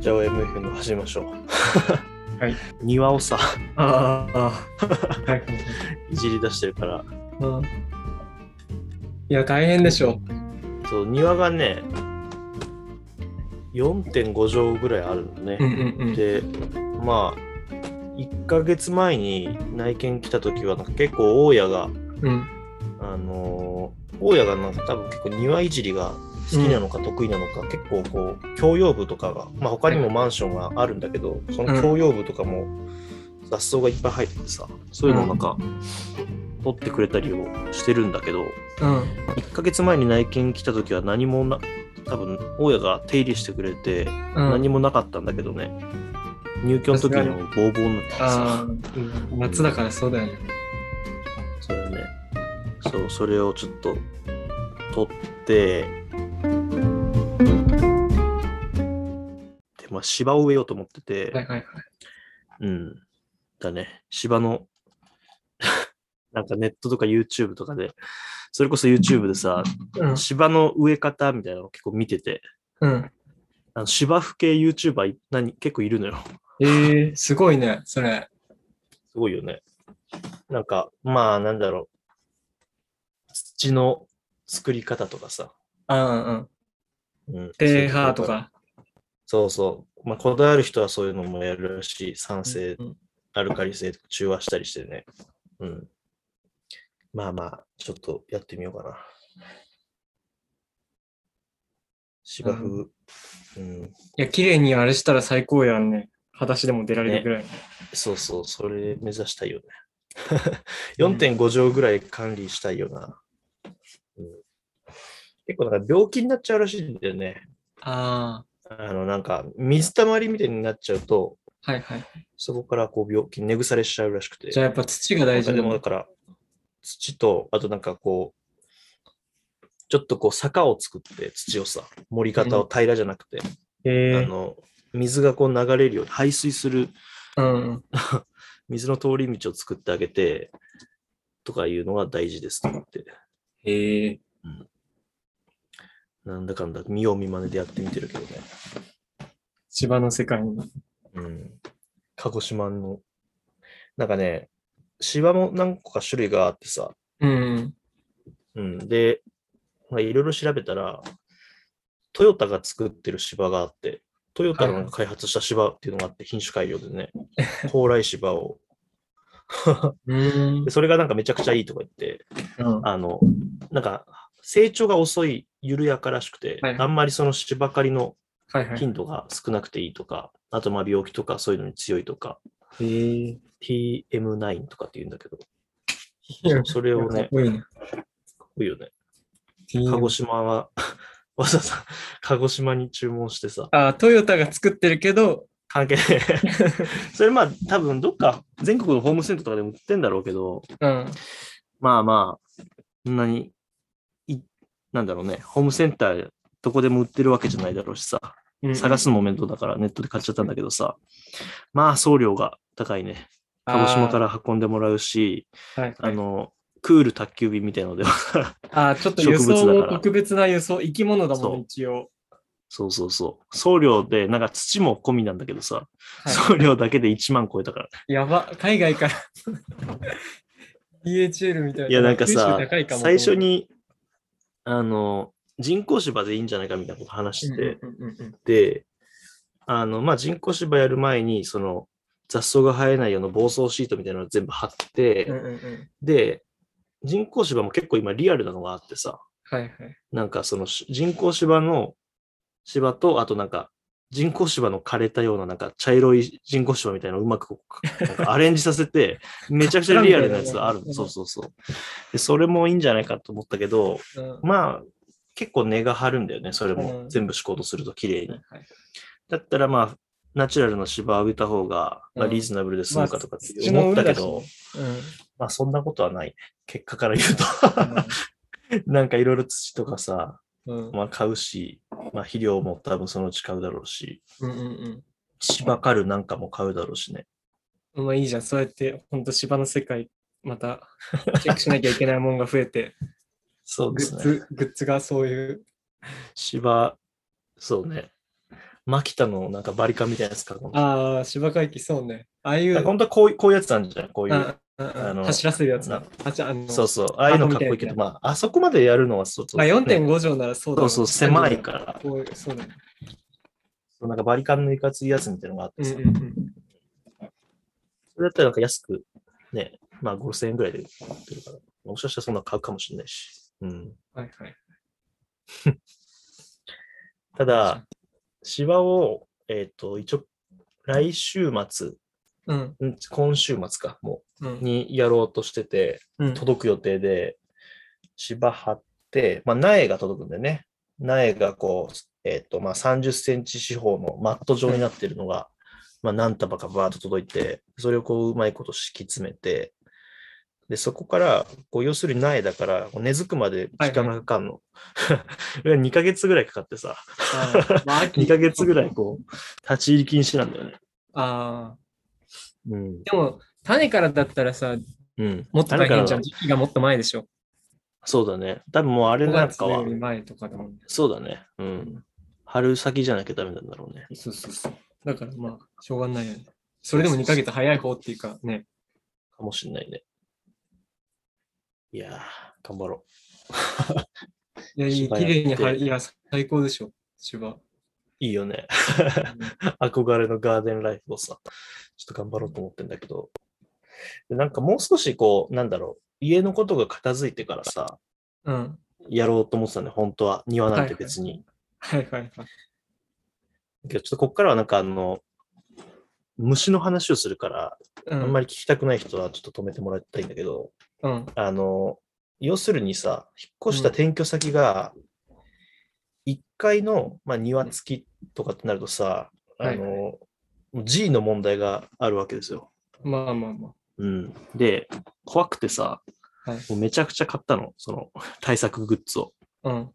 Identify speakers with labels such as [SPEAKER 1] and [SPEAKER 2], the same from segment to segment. [SPEAKER 1] じゃあ OMFM 始めましょう。
[SPEAKER 2] はい。
[SPEAKER 1] 庭をさ、
[SPEAKER 2] ああ。はい。
[SPEAKER 1] いじり出してるから、
[SPEAKER 2] うん。いや、大変でしょ
[SPEAKER 1] そう庭がね、4.5畳ぐらいあるのね。
[SPEAKER 2] う。んう
[SPEAKER 1] でまあ1ヶ月前に内見来た時はなんか結構大家が
[SPEAKER 2] うん。
[SPEAKER 1] あのー大家がなんか多分結構庭いじりが好きなのか得意なのか、結構こう共用部とかが、まあ、他にもマンションがあるんだけどその共用部とかも雑草がいっぱい生えててさそういうのをなんか取ってくれたりをしてるんだけど
[SPEAKER 2] うん。
[SPEAKER 1] 1ヶ月前に内見来た時は何もな多分大家が手入れしてくれて
[SPEAKER 2] うん。
[SPEAKER 1] 何
[SPEAKER 2] も。
[SPEAKER 1] もなかったんだけどね、入居の時にはもうボーボーになってて
[SPEAKER 2] ああ
[SPEAKER 1] さ、
[SPEAKER 2] うん夏だからそうだよね。
[SPEAKER 1] それねそうそれをちょっと取ってでまあ芝を植えようと思ってて、
[SPEAKER 2] はいはいはい。
[SPEAKER 1] うんだね芝の なんかネットとか YouTube とかでそれこそ YouTube でさ
[SPEAKER 2] うん。
[SPEAKER 1] 芝の植え方みたいなのを結構見てて
[SPEAKER 2] うん。
[SPEAKER 1] あの芝生系 YouTuber い何結構いるのよ
[SPEAKER 2] ええすごいね、それ。
[SPEAKER 1] すごいよね。なんか、まあ、なんだろう。土の作り方とかさ。
[SPEAKER 2] うんうん。
[SPEAKER 1] うん、
[SPEAKER 2] 低ハーと。か。
[SPEAKER 1] そうそう。まあ、こだわる人はそういうのもやるし、酸性、
[SPEAKER 2] うん
[SPEAKER 1] アルカリ性とか中和したりしてね。うん。まあまあ、ちょっとやってみようかな。芝生、うん、
[SPEAKER 2] いや、綺麗にあれしたら最高やんね。裸足でも出られるぐらい。
[SPEAKER 1] そうそう、それ目指したいよね。4.5畳ぐらい管理したいよな。うん結構なんか病気になっちゃうらしいんだよね。
[SPEAKER 2] あ
[SPEAKER 1] あのなんか水たまりみたいになっちゃうと、
[SPEAKER 2] あ。はいはい。
[SPEAKER 1] そこからこう病気、寝腐れしちゃうらしくて。
[SPEAKER 2] じゃあやっぱ土が大事
[SPEAKER 1] で
[SPEAKER 2] だ
[SPEAKER 1] もだ
[SPEAKER 2] ね。
[SPEAKER 1] から、土と、あとなんかこう、ちょっとこう坂を作って土をさ、盛り方を平らじゃなくて、
[SPEAKER 2] え
[SPEAKER 1] あの水がこう流れるように排水する
[SPEAKER 2] うんうん。
[SPEAKER 1] 水の通り道を作ってあげて、とかいうのが大事ですとかって、
[SPEAKER 2] ええ
[SPEAKER 1] なんだかんだ見よう見まねでやってみてるけどね。
[SPEAKER 2] 千葉の世界に。
[SPEAKER 1] うん。鹿児島の、なんかね、芝も何個か種類があってさ、
[SPEAKER 2] うん。
[SPEAKER 1] うん。で、まあいろいろ調べたら、トヨタが作ってる芝があって、トヨタのなんか開発した芝っていうのがあって、品種改良でね、高麗芝を。
[SPEAKER 2] うん
[SPEAKER 1] で。それがなんかめちゃくちゃいいとか言って、
[SPEAKER 2] うん。
[SPEAKER 1] あの、なんか、成長が遅い、緩やからしくて、
[SPEAKER 2] はい
[SPEAKER 1] あんまりその芝刈りの
[SPEAKER 2] はいはい。
[SPEAKER 1] 頻度が少なくていいとか、あとまあ病気とかそういうのに強いとか、
[SPEAKER 2] ええ
[SPEAKER 1] TM9 とかって言うんだけど、
[SPEAKER 2] うん
[SPEAKER 1] それをね
[SPEAKER 2] かっ、こいいね。
[SPEAKER 1] かっこいいよね。鹿児島は、わざわざ鹿児島に注文してさ、
[SPEAKER 2] あ、トヨタが作ってるけど、
[SPEAKER 1] 関係ねえ それまあ多分どっか全国のホームセンターとかでも売ってんだろうけど、
[SPEAKER 2] うん。
[SPEAKER 1] まあまあ、そんなに、いなんだろうね、ホームセンターどこでも売ってるわけじゃないだろうしさ、
[SPEAKER 2] うん
[SPEAKER 1] 探すのも面倒だからネットで買っちゃったんだけどさ、まあ送料が高いね。
[SPEAKER 2] あ
[SPEAKER 1] 鹿
[SPEAKER 2] ー
[SPEAKER 1] 児島から運んでもらうし、
[SPEAKER 2] はい
[SPEAKER 1] あ
[SPEAKER 2] はい、
[SPEAKER 1] の、クール宅急便みたいのでは、
[SPEAKER 2] あー、ちょっと輸
[SPEAKER 1] 植
[SPEAKER 2] 送
[SPEAKER 1] 物だ
[SPEAKER 2] も
[SPEAKER 1] から
[SPEAKER 2] 特別な輸送、生き物だも、
[SPEAKER 1] そうん
[SPEAKER 2] 一応。
[SPEAKER 1] そうそうそう、送料で、なんか土も込みなんだけどさ、
[SPEAKER 2] は
[SPEAKER 1] 送料だけで1万超えたから。
[SPEAKER 2] い、やば、海外から。DHL みたいな。
[SPEAKER 1] いや、なんかさ
[SPEAKER 2] 九州高い、かも
[SPEAKER 1] 最初、に、あの、人工芝でいいんじゃないかみたいなこと話してて、
[SPEAKER 2] うんうんうんうん
[SPEAKER 1] で、あの、まあ、人工芝やる前に、その、雑草が生えないような防草シートみたいなのを全部貼って、
[SPEAKER 2] うんうんうん
[SPEAKER 1] で、人工芝も結構今リアルなのがあってさ、
[SPEAKER 2] はいはい。
[SPEAKER 1] なんかそのし人工芝の芝と、あとなんか人工芝の枯れたようななんか茶色い人工芝みたいなのをうまくこう なんかアレンジさせて、めちゃくちゃリアルなやつがあるの。そうそうそう。で、それもいいんじゃないかと思ったけど、
[SPEAKER 2] うんは
[SPEAKER 1] まあ結構根が張るんだよね、それ
[SPEAKER 2] う
[SPEAKER 1] も。
[SPEAKER 2] ん
[SPEAKER 1] 全部敷こうとすると綺麗
[SPEAKER 2] いは
[SPEAKER 1] に
[SPEAKER 2] い。
[SPEAKER 1] だったらまあ、ナチュラルの芝を植えた方が、まあ、
[SPEAKER 2] うん
[SPEAKER 1] リーズナブルで済むかとかって
[SPEAKER 2] まあ
[SPEAKER 1] 思ったけど、
[SPEAKER 2] うんうん
[SPEAKER 1] まあそんなことはないね。結果から言うと。 なんかいろいろ土とかさ、
[SPEAKER 2] うん
[SPEAKER 1] まあ、買うし、まあ、肥料も多分そのうち買うだろうし、
[SPEAKER 2] うんうん
[SPEAKER 1] 芝刈るなんかも買うだろうしね。
[SPEAKER 2] うん。まあいいじゃん、そうやって、本当芝の世界、また、チェックしなきゃいけないもんが増えて、
[SPEAKER 1] そう
[SPEAKER 2] グ
[SPEAKER 1] です
[SPEAKER 2] ッ
[SPEAKER 1] ね。
[SPEAKER 2] ズ、グッズがそういう、
[SPEAKER 1] 芝、そうね。牧田のなんかバリカンみたいなやつかと思って
[SPEAKER 2] ああ、芝回帰、そうね。ああい
[SPEAKER 1] あ
[SPEAKER 2] う、
[SPEAKER 1] 本当はこういうこういうやつなんじゃん、こういう。
[SPEAKER 2] あ
[SPEAKER 1] あの
[SPEAKER 2] 走らせるやつだ
[SPEAKER 1] な。
[SPEAKER 2] あ、じゃあ、あの、
[SPEAKER 1] そうそう、ああいうのかっこいいけど、まあ、あそこまでやるのはそうそう、
[SPEAKER 2] まあ、
[SPEAKER 1] ね
[SPEAKER 2] 4.5畳ならそうだ
[SPEAKER 1] そ
[SPEAKER 2] ろ
[SPEAKER 1] うそう、狭いから、
[SPEAKER 2] こういうそうだね。
[SPEAKER 1] そうなんかバリカンのいかついやつみたいなのがあって
[SPEAKER 2] うん
[SPEAKER 1] さ、
[SPEAKER 2] うんうん。
[SPEAKER 1] それだったらなんか安く、ね、まあ5000円ぐらいで売ってるから、もしかしたらそんな買うかもしれないし。うん、
[SPEAKER 2] はいはい。
[SPEAKER 1] ただ、芝を、えっ、と、一応、来週末、
[SPEAKER 2] うん
[SPEAKER 1] うん今週末か、も
[SPEAKER 2] う
[SPEAKER 1] う、
[SPEAKER 2] ん。
[SPEAKER 1] にやろうとしてて、
[SPEAKER 2] うん
[SPEAKER 1] 届く予定で、芝張って、まあ、苗が届くんだよね。苗がこう、えっ、と、まあ、30センチ四方のマット状になってるのが、まあ、何束かバーッと届いて、それをこう、うまいこと敷き詰めて、で、そこから、こう、要するに苗だから、こう根付くまで時間がかかるの。2ヶ月ぐらいかかってさ、
[SPEAKER 2] あーまあ、
[SPEAKER 1] 2ヶ月ぐら
[SPEAKER 2] い。
[SPEAKER 1] い、こう、立ち入り禁止なんだよね。
[SPEAKER 2] ああ。
[SPEAKER 1] うん。
[SPEAKER 2] でも、種からだったらさ、
[SPEAKER 1] うん。
[SPEAKER 2] もっと大変じゃん。
[SPEAKER 1] だから
[SPEAKER 2] 時期がもっと前でしょ。
[SPEAKER 1] そうだね。多分もうあれ
[SPEAKER 2] 5
[SPEAKER 1] なん
[SPEAKER 2] 月
[SPEAKER 1] かは
[SPEAKER 2] よ、り前とかだもんね。
[SPEAKER 1] そうだね。うん。春先じゃなきゃダメなんだろうね。
[SPEAKER 2] そうそうそう。だからまあ、しょうがないよね。それでも2ヶ月早い方っていうかね。
[SPEAKER 1] かもしんないね。いやー、頑張ろ
[SPEAKER 2] いや、いい
[SPEAKER 1] 芝
[SPEAKER 2] 綺麗に
[SPEAKER 1] やって
[SPEAKER 2] はいや、最高でしょ、 芝。
[SPEAKER 1] う。いいよね。 憧れのガーデンライフをさ、ちょっと頑張ろうと思ってんだけど。でなんかもう少しこう、なんだろう、家のことが片付いてからさ、
[SPEAKER 2] うん。
[SPEAKER 1] やろうと思ってたね、本当は。庭なんて別に。
[SPEAKER 2] はいはいはい。
[SPEAKER 1] けど、ちょっとこっからはなんかあの、虫の話をするから、
[SPEAKER 2] う
[SPEAKER 1] あんまり聞きたくない人はちょっと止めてもらいたいんだけど、
[SPEAKER 2] うん。
[SPEAKER 1] あの、要するにさ、引っ越した転居先が、1階の、まあ、庭付きとかってなるとさ、あの、
[SPEAKER 2] はい
[SPEAKER 1] もう G の問題があるわけですよ。
[SPEAKER 2] まあまあまあ。
[SPEAKER 1] うん。で、怖くてさ、
[SPEAKER 2] はい
[SPEAKER 1] もうめちゃくちゃ買ったの、その対策グッズを。
[SPEAKER 2] うん。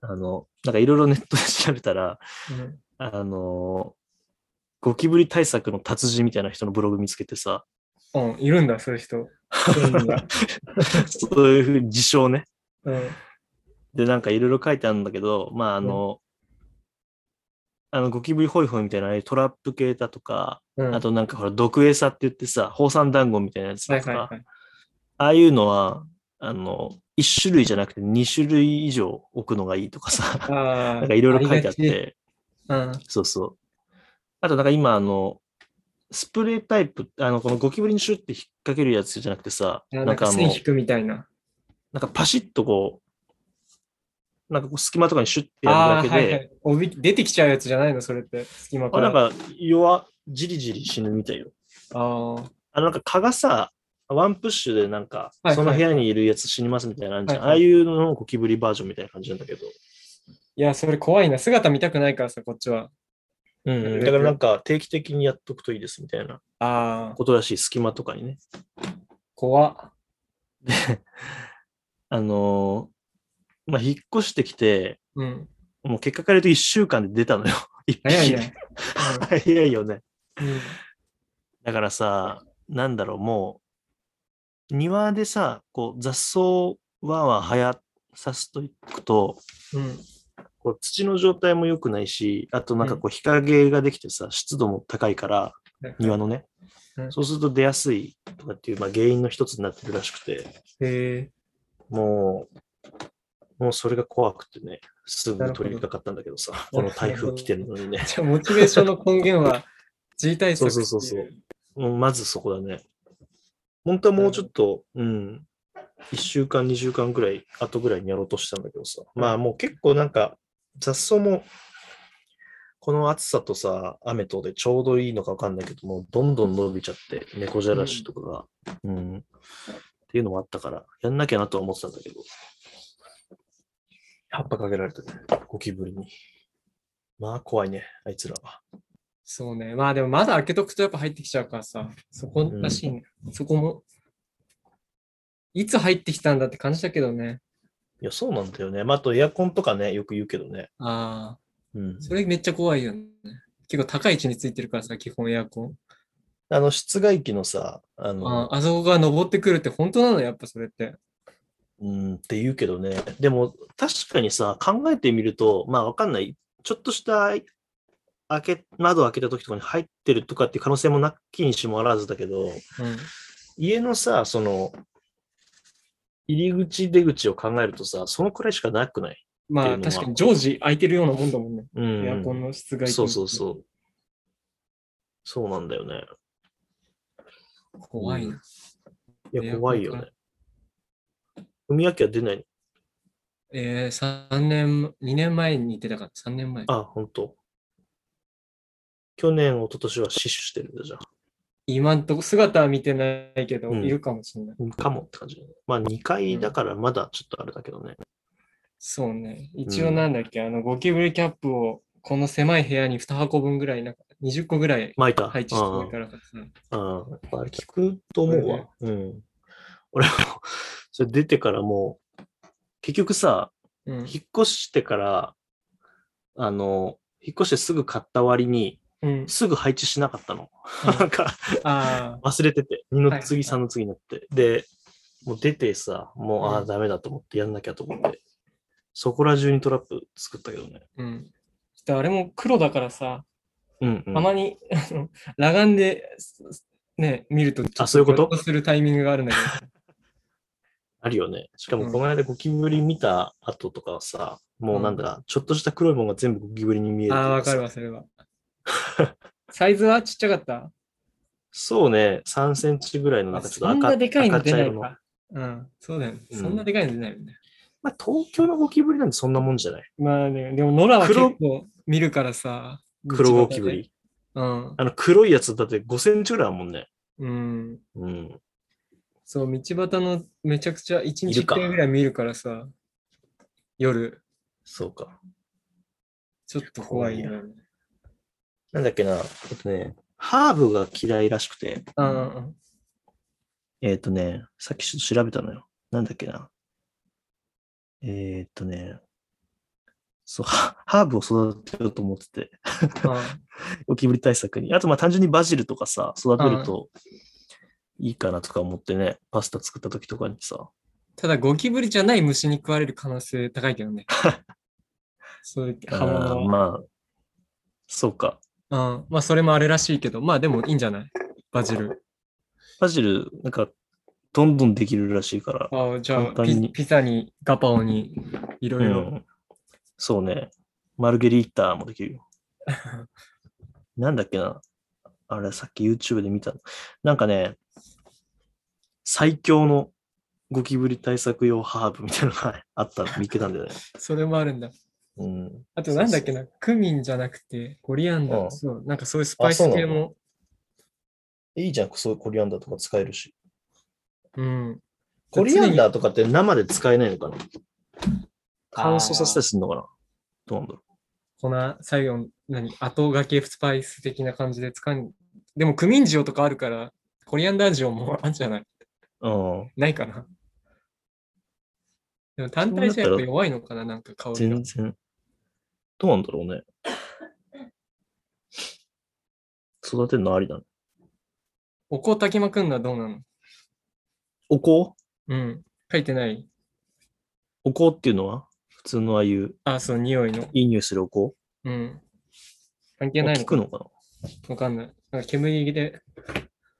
[SPEAKER 1] あの、なんかいろいろネットで調べたら、
[SPEAKER 2] うん
[SPEAKER 1] あの、ゴキブリ対策の達人みたいな人のブログ見つけて さ、
[SPEAKER 2] うん、いるんだ、そういう人。
[SPEAKER 1] そういうふうに自称ね。
[SPEAKER 2] うん。
[SPEAKER 1] で、なんかいろいろ書いてあるんだけど、まあ、あの、あの、ゴキブリホイホイみたいなああいうトラップ系だとか、
[SPEAKER 2] うん、
[SPEAKER 1] あとなんかほら、毒餌って言ってさ、宝山団子みたいなやつ
[SPEAKER 2] は
[SPEAKER 1] と
[SPEAKER 2] い
[SPEAKER 1] か、
[SPEAKER 2] はいはい。
[SPEAKER 1] ああいうのは、あの、1種類じゃなくて2種類以上置くのがいいとかさ、
[SPEAKER 2] あ
[SPEAKER 1] なんかいろいろ書いてあっ
[SPEAKER 2] りがち。
[SPEAKER 1] て、
[SPEAKER 2] うん。
[SPEAKER 1] そうそう。あとなんか今、あの、スプレータイプ、あの、このゴキブリのシュって引っ掛けるやつじゃなくてさ、
[SPEAKER 2] あ
[SPEAKER 1] な
[SPEAKER 2] なんん
[SPEAKER 1] か
[SPEAKER 2] か
[SPEAKER 1] あ
[SPEAKER 2] 線
[SPEAKER 1] の、
[SPEAKER 2] 引くみたいな。
[SPEAKER 1] なんかパシッとこう、なんかこう隙間とかにシュってやる
[SPEAKER 2] ああー、
[SPEAKER 1] だけ
[SPEAKER 2] はい
[SPEAKER 1] で、
[SPEAKER 2] はい。おび出てきちゃうやつじゃないの、それって。隙間か
[SPEAKER 1] あ
[SPEAKER 2] ら。
[SPEAKER 1] なんか弱、じりじり死ぬみたいよ。
[SPEAKER 2] あー
[SPEAKER 1] あのなんか蚊がさ、ワンプッシュでなんか
[SPEAKER 2] いは、い
[SPEAKER 1] その部屋にいるやつ死にますみたいなのあるじゃん。
[SPEAKER 2] はいは
[SPEAKER 1] あ
[SPEAKER 2] い
[SPEAKER 1] あいうののゴキブリバージョンみたいな感じなんだけど。
[SPEAKER 2] いや、それ怖いな。姿見たくないからさ、こっちは。
[SPEAKER 1] うん、
[SPEAKER 2] うん
[SPEAKER 1] だからなんか定期的にやっとくといいですみたいな
[SPEAKER 2] ああ、
[SPEAKER 1] ことらしい、隙間とかにね。
[SPEAKER 2] 怖っ。
[SPEAKER 1] で、あのーまあ、引っ越してきて、
[SPEAKER 2] うん。
[SPEAKER 1] もう結果から言うと1週間で出たのよ。 一匹
[SPEAKER 2] 早いね。
[SPEAKER 1] 早いよね。
[SPEAKER 2] うんうん
[SPEAKER 1] だからさ、なんだろう、もう、庭でさ、こう雑草をわーわーはやさすといくと、
[SPEAKER 2] うん。
[SPEAKER 1] こう土の状態も良くないし、あとなんかこう日陰ができてさ、湿度も高いから、庭のね
[SPEAKER 2] う、ん
[SPEAKER 1] そうすると出やすいとかっていう、まあ、原因の一つになってるらしくて、
[SPEAKER 2] へ
[SPEAKER 1] もう、もうそれが怖くてね、すぐ取り掛かったんだけどさ、こ
[SPEAKER 2] ほど
[SPEAKER 1] の台風来てるのにね
[SPEAKER 2] え。、じゃあ、モチベーションの根源は G 対策ってい
[SPEAKER 1] そうそうそうそう。もうまずそこだね。本当はもうちょっと、うん、1週間、2週間ぐらい、後ぐらいにやろうとしたんだけどさ、まあもう結構なんか雑草も、この暑さとさ、雨とでちょうどいいのかわかんないけども、どんどん伸びちゃって、猫じゃらしとかが、うん、っていうのもあったから、やんなきゃなとは思ってたんだけど、葉っぱかけられてね、ゴキブリに。まあ怖いね、あいつらは。
[SPEAKER 2] そうね。まあでも、まだ開けとくとやっぱ入ってきちゃうからさ、そこらしいね。そこも、いつ入ってきたんだって感じだけどね。
[SPEAKER 1] いや、そうなんだよね。まあ、あとエアコンとかね、よく言うけどね。
[SPEAKER 2] ああ、
[SPEAKER 1] うん。
[SPEAKER 2] それめっちゃ怖いよね。結構高い位置についてるからさ、基本エアコン。
[SPEAKER 1] あの、室外機のさ、あ
[SPEAKER 2] あ
[SPEAKER 1] の、
[SPEAKER 2] ああそこが登ってくるって本当なのやっぱそれって。
[SPEAKER 1] うんって言うけどね。でも、確かにさ、考えてみると、まあ、わかんない。ちょっとした開け、窓開けた時とかに入ってるとかっていう可能性もなきにしもあらずだけど、家のさ、その、入り口、出口を考えるとさ、そのくらいしかなくない。
[SPEAKER 2] まあ確かに常時空いてるようなもんだもんね。
[SPEAKER 1] うんうん、
[SPEAKER 2] エアコンの室外機。
[SPEAKER 1] そうそうそう。そうなんだよね。
[SPEAKER 2] う。怖いな。
[SPEAKER 1] い
[SPEAKER 2] エアコン
[SPEAKER 1] や、
[SPEAKER 2] か
[SPEAKER 1] 怖いよね。海明けは出ないの
[SPEAKER 2] えー、3年、2年前に出たから、3年前。
[SPEAKER 1] あ、本当。去年、一昨年は死守してるんだじゃ
[SPEAKER 2] 今んとこ姿は見てないけど、
[SPEAKER 1] うん
[SPEAKER 2] いるかもしれない。
[SPEAKER 1] ん。かもって感じだね。まあ、2階だからまだちょっとあれだけどね。
[SPEAKER 2] そうね。一応なんだっけ、あの、ゴキブリキャップを、この狭い部屋に2箱分ぐらい、なんか20個ぐらい
[SPEAKER 1] 巻いた。
[SPEAKER 2] 配置してるからさ。
[SPEAKER 1] ああ、やっぱあれ聞くと思うわ。うん。俺も、 それ出てからもう、結局さ、
[SPEAKER 2] うん。
[SPEAKER 1] 引っ越してから、あの、引っ越してすぐ買った割に、
[SPEAKER 2] うん。
[SPEAKER 1] すぐ配置しなかったの。
[SPEAKER 2] うん
[SPEAKER 1] なんか、
[SPEAKER 2] ああ、
[SPEAKER 1] 忘れてて、二の次、
[SPEAKER 2] はい
[SPEAKER 1] 三の次になって。で、もう出てさ、もう、
[SPEAKER 2] うん
[SPEAKER 1] ああ、ダメだと思って、やんなきゃと思って。そこら中にトラップ作ったけどね。
[SPEAKER 2] うん。ちょっとあれも黒だからさ、
[SPEAKER 1] うん、うん。
[SPEAKER 2] たまに、あの裸眼で、すすね、見ると、
[SPEAKER 1] あそういうこと
[SPEAKER 2] するタイミングがあるんだ け
[SPEAKER 1] あるよね。しか
[SPEAKER 2] う
[SPEAKER 1] も、
[SPEAKER 2] ん
[SPEAKER 1] この間ゴキブリ見た後とかはさ、もうなんだ、ちょっとした黒いもんが全部ゴキブリに見える
[SPEAKER 2] ど。
[SPEAKER 1] と
[SPEAKER 2] ああ、わ
[SPEAKER 1] さ
[SPEAKER 2] かるわ、それは。サイズはちっちゃかった
[SPEAKER 1] そうね、3センチぐらいのなんかちょっと
[SPEAKER 2] そんなでかいの
[SPEAKER 1] 赤
[SPEAKER 2] 出
[SPEAKER 1] 茶
[SPEAKER 2] な
[SPEAKER 1] 色
[SPEAKER 2] い
[SPEAKER 1] の。ま
[SPEAKER 2] か。うん、そうだよね。
[SPEAKER 1] うん
[SPEAKER 2] そんなでかいの出ないよね。
[SPEAKER 1] あ、東京のゴキブリなんてそんなもんじゃない
[SPEAKER 2] まあね、でも野良は結
[SPEAKER 1] 黒
[SPEAKER 2] 構見るからさ。
[SPEAKER 1] 黒ゴキブ
[SPEAKER 2] 道
[SPEAKER 1] リ。
[SPEAKER 2] 端で。
[SPEAKER 1] あの黒いやつだって5センチぐらいあるもんね。
[SPEAKER 2] うん。うん。
[SPEAKER 1] うん。
[SPEAKER 2] そう、道端のめちゃくちゃ1日
[SPEAKER 1] い
[SPEAKER 2] 1
[SPEAKER 1] るか
[SPEAKER 2] 回ぐらい見るからさ。夜、
[SPEAKER 1] そうか。
[SPEAKER 2] ちょっと怖いよね。
[SPEAKER 1] なんだっけな、えっとね、ハーブが嫌いらしくて、
[SPEAKER 2] うん。
[SPEAKER 1] えっ、とね、さっきちょっと調べたのよ。なんだっけな。えっ、とね、そう、ハハーブを育てようと思ってて、ゴキブリ対策に。あと、まあ単純にバジルとかさ、育てるといいかなとか思ってね、パスタ作った時とかにさ、
[SPEAKER 2] ただ、ゴキブリじゃない虫に食われる可能性高いけど ね。そういう刃
[SPEAKER 1] あー
[SPEAKER 2] 物は。
[SPEAKER 1] まあ、そうか。
[SPEAKER 2] うん。まあ、それもあれらしいけど、まあでもいいんじゃないバジル。
[SPEAKER 1] バジル、なんか、どんどんできるらしいから。
[SPEAKER 2] ああ、じゃ
[SPEAKER 1] 簡
[SPEAKER 2] あ
[SPEAKER 1] 単
[SPEAKER 2] ピ、
[SPEAKER 1] に
[SPEAKER 2] ピザに、ガパオに、いろ
[SPEAKER 1] う
[SPEAKER 2] いろ。
[SPEAKER 1] ん。そうね。マルゲリータもできる よ。なんだっけな。あれ、さっき YouTube で見たの。なんかね、最強のゴキブリ対策用ハーブみたいなのがあ ったの見つけたんだよね。
[SPEAKER 2] それもあるんだ。
[SPEAKER 1] うん。
[SPEAKER 2] あと、なんだっけな、クミンじゃなくて、コリアンダ
[SPEAKER 1] う
[SPEAKER 2] ー。
[SPEAKER 1] ん
[SPEAKER 2] そう、なんかそういうスパイス
[SPEAKER 1] あそうな
[SPEAKER 2] 系
[SPEAKER 1] の
[SPEAKER 2] も。
[SPEAKER 1] いいじゃん、そういうコリアンダーとか使えるし。
[SPEAKER 2] うん。
[SPEAKER 1] コリアンダ
[SPEAKER 2] ー
[SPEAKER 1] ーとかって生で使えないのかな乾
[SPEAKER 2] あー
[SPEAKER 1] 燥させたりするのかなどうなんだろう。
[SPEAKER 2] 粉、最後、何、後がけスパイス的な感じで使うん。でも、クミン塩とかあるから、コリアンダー塩もあるんじゃない
[SPEAKER 1] うん。
[SPEAKER 2] ないかな。でも、単体じゃやっぱ弱いのかな、なんか香りが
[SPEAKER 1] 全。然。どうなんだろうね。育てるのありだね。
[SPEAKER 2] お香炊きまくんのはどうなの
[SPEAKER 1] お香
[SPEAKER 2] うん。書いてない。
[SPEAKER 1] お香っていうのは普通のああいう、
[SPEAKER 2] あ、そう、匂いの。
[SPEAKER 1] いい匂いするお香
[SPEAKER 2] うん。関係ない
[SPEAKER 1] 聞
[SPEAKER 2] の
[SPEAKER 1] くのか
[SPEAKER 2] か
[SPEAKER 1] な
[SPEAKER 2] わかんない。なんか煙で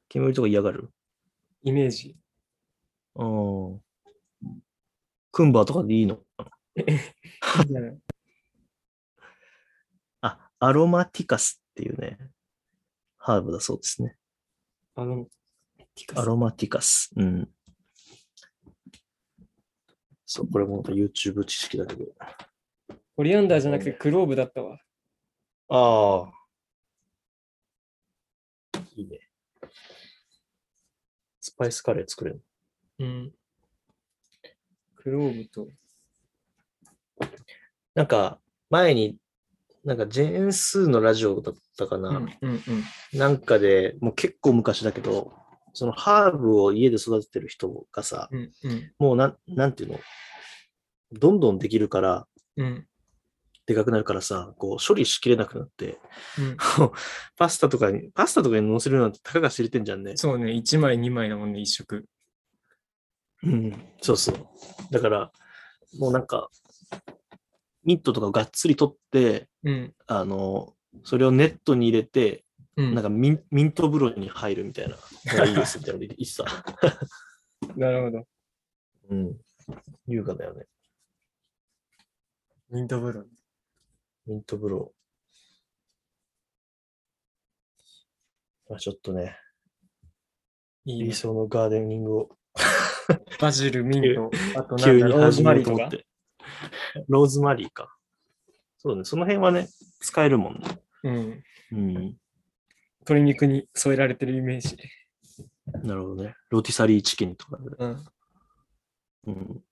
[SPEAKER 1] 煙とか嫌がる
[SPEAKER 2] イメー ジ。
[SPEAKER 1] うん。クンバーとかでいいのかなあ、アロマティカスっていうね、ハーブだそうですね。
[SPEAKER 2] あの、ティカ
[SPEAKER 1] ア
[SPEAKER 2] ス
[SPEAKER 1] ロマティカス。うん。そう、これもなんか YouTube 知識だけど。
[SPEAKER 2] コリアンダーじゃなくてクローブだったわ。
[SPEAKER 1] ああ。いいね。スパイスカレー作れる
[SPEAKER 2] うん。クローブと。
[SPEAKER 1] なんか、前に、なんか、ジェーンスーのラジオだったかな、
[SPEAKER 2] うんうんうん。
[SPEAKER 1] なんかでもう結構昔だけど、そのハーブを家で育ててる人がさ、
[SPEAKER 2] うんうん
[SPEAKER 1] もうなん、なんていうのどんどんできるから、
[SPEAKER 2] うん
[SPEAKER 1] でかくなるからさ、こう、処理しきれなくなって、
[SPEAKER 2] うん。
[SPEAKER 1] パスタとかに、パスタとかに乗せるなんてたかが知れてんじゃんね。
[SPEAKER 2] そうね、1枚2枚だもんね、1食。
[SPEAKER 1] うん、そうそう。だから、もうなんか、ミットとかをがっつり取って、
[SPEAKER 2] うん。
[SPEAKER 1] あの、それをネットに入れて、
[SPEAKER 2] うん。
[SPEAKER 1] なん
[SPEAKER 2] な
[SPEAKER 1] かミンミント風呂に入るみたいな、のがいいですみたいな の言ってた。
[SPEAKER 2] るほど。
[SPEAKER 1] うん。優雅だよね。
[SPEAKER 2] ミントブルー。
[SPEAKER 1] ミント風呂。まあ、ちょっとね、
[SPEAKER 2] いいね
[SPEAKER 1] 理想のガーデニングを
[SPEAKER 2] バジル、ミント、あとなん
[SPEAKER 1] 急
[SPEAKER 2] だ
[SPEAKER 1] に
[SPEAKER 2] ろう、ローズ
[SPEAKER 1] 始
[SPEAKER 2] マ
[SPEAKER 1] め
[SPEAKER 2] リ
[SPEAKER 1] る
[SPEAKER 2] ー
[SPEAKER 1] と
[SPEAKER 2] と
[SPEAKER 1] 思
[SPEAKER 2] か
[SPEAKER 1] っ。て。ローズマリーか。そうだね、その辺はね、使えるもんね。
[SPEAKER 2] うん。
[SPEAKER 1] うん。
[SPEAKER 2] 鶏肉に添えられてるイメージ。
[SPEAKER 1] なるほどね。ロティサリーチキンとかで。
[SPEAKER 2] うん。
[SPEAKER 1] うん。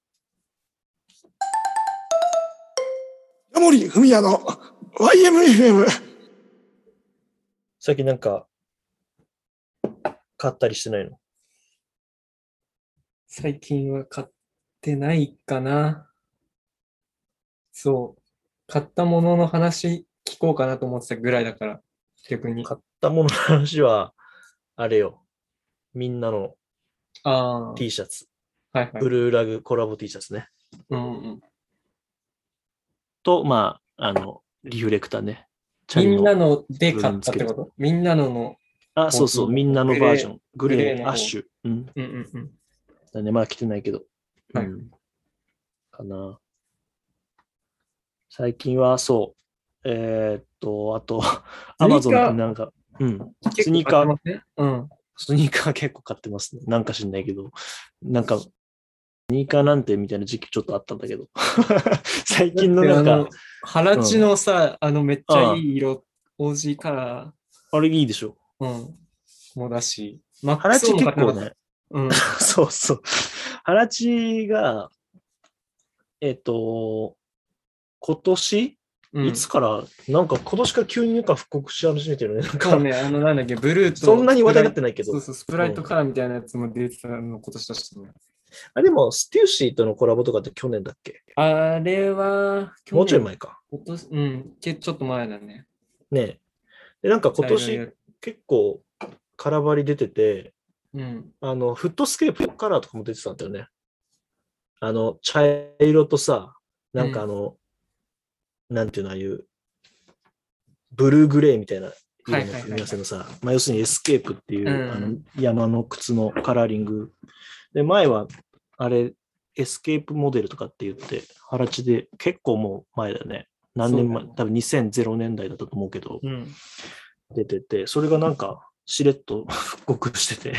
[SPEAKER 3] ヤモリフミヤの YMFM。
[SPEAKER 1] 最近なんか、買ったりしてないの
[SPEAKER 2] 最近は買ってないかな。そう。買ったものの話聞こうかなと思ってたぐらいだから、逆に。
[SPEAKER 1] 買ったものの話は、あれよ。みんなの
[SPEAKER 2] ああ、はい
[SPEAKER 1] T シャツ。
[SPEAKER 2] はい。
[SPEAKER 1] ブルーラグコラボ T シャツね。
[SPEAKER 2] うんうん、
[SPEAKER 1] と、まあ、あの、リフレクターね。チャリの
[SPEAKER 2] みんなので買った
[SPEAKER 1] 自
[SPEAKER 2] って
[SPEAKER 1] 分のつけて
[SPEAKER 2] ことみんなのの、
[SPEAKER 1] あ、そうそう、みんなのバージョン。グレー、
[SPEAKER 2] レーグレーの方
[SPEAKER 1] アッシュ。うん。
[SPEAKER 2] うんうんうん。
[SPEAKER 1] だね、まだ来てないけど。
[SPEAKER 2] はい
[SPEAKER 1] うんかな。最近は、そう。えーっと、あと、アマゾンでなんか、うん。スニーカー
[SPEAKER 2] 結構買ってませんうん。
[SPEAKER 1] スニーカー結構買ってますね。なんか知んないけど。なんか、スニーカーなんてみたいな時期ちょっとあったんだけど。 最近のなん
[SPEAKER 2] だって
[SPEAKER 1] か、
[SPEAKER 2] あの、原地のさ、あのめっちゃいい色、オージーカラ
[SPEAKER 1] あれいいでしょ。
[SPEAKER 2] ー、うん、もだし。マッ
[SPEAKER 1] 原
[SPEAKER 2] クス
[SPEAKER 1] 地
[SPEAKER 2] オー
[SPEAKER 1] 結
[SPEAKER 2] が
[SPEAKER 1] 構ね、
[SPEAKER 2] うん。
[SPEAKER 1] そうそう。原地が、えっ、と、今年、
[SPEAKER 2] う ん、
[SPEAKER 1] いつから、なんか今年から急になんか復刻し始めてるね。なん
[SPEAKER 2] か
[SPEAKER 1] か、
[SPEAKER 2] ね、あの、なんだっけ、ブルーと。
[SPEAKER 1] そんなに話題になってないけど
[SPEAKER 2] そう。そう、スプライトカラーみたいなやつも出てたの今年だしね。
[SPEAKER 1] あ、でも、ステューシーとのコラボとかって去年だっけ
[SPEAKER 2] あれは、去年
[SPEAKER 1] もうちょい前か。
[SPEAKER 2] 今年うん、けちょっと前だね。
[SPEAKER 1] ねえで、なんか今
[SPEAKER 2] 茶色い
[SPEAKER 1] 年
[SPEAKER 2] やつ
[SPEAKER 1] 結構、空張り出てて、
[SPEAKER 2] うん。
[SPEAKER 1] あの、フットスケープカラーとかも出てたんだよね。あの、茶色とさ、なんかあの、なんていうの、ああいう、ブルーグレーみたいな色の組み合わせのさ、まあ、要するにエスケープっていう、
[SPEAKER 2] うん
[SPEAKER 1] あの山の靴のカラーリング。で、前は、あれ、エスケープモデルとかって言って、原地で結構もう前だよね。何年前、
[SPEAKER 2] そうだね
[SPEAKER 1] 多分2000年代だったと思うけど、
[SPEAKER 2] うん。
[SPEAKER 1] 出てて、それがなんか、しれっと 復刻してて。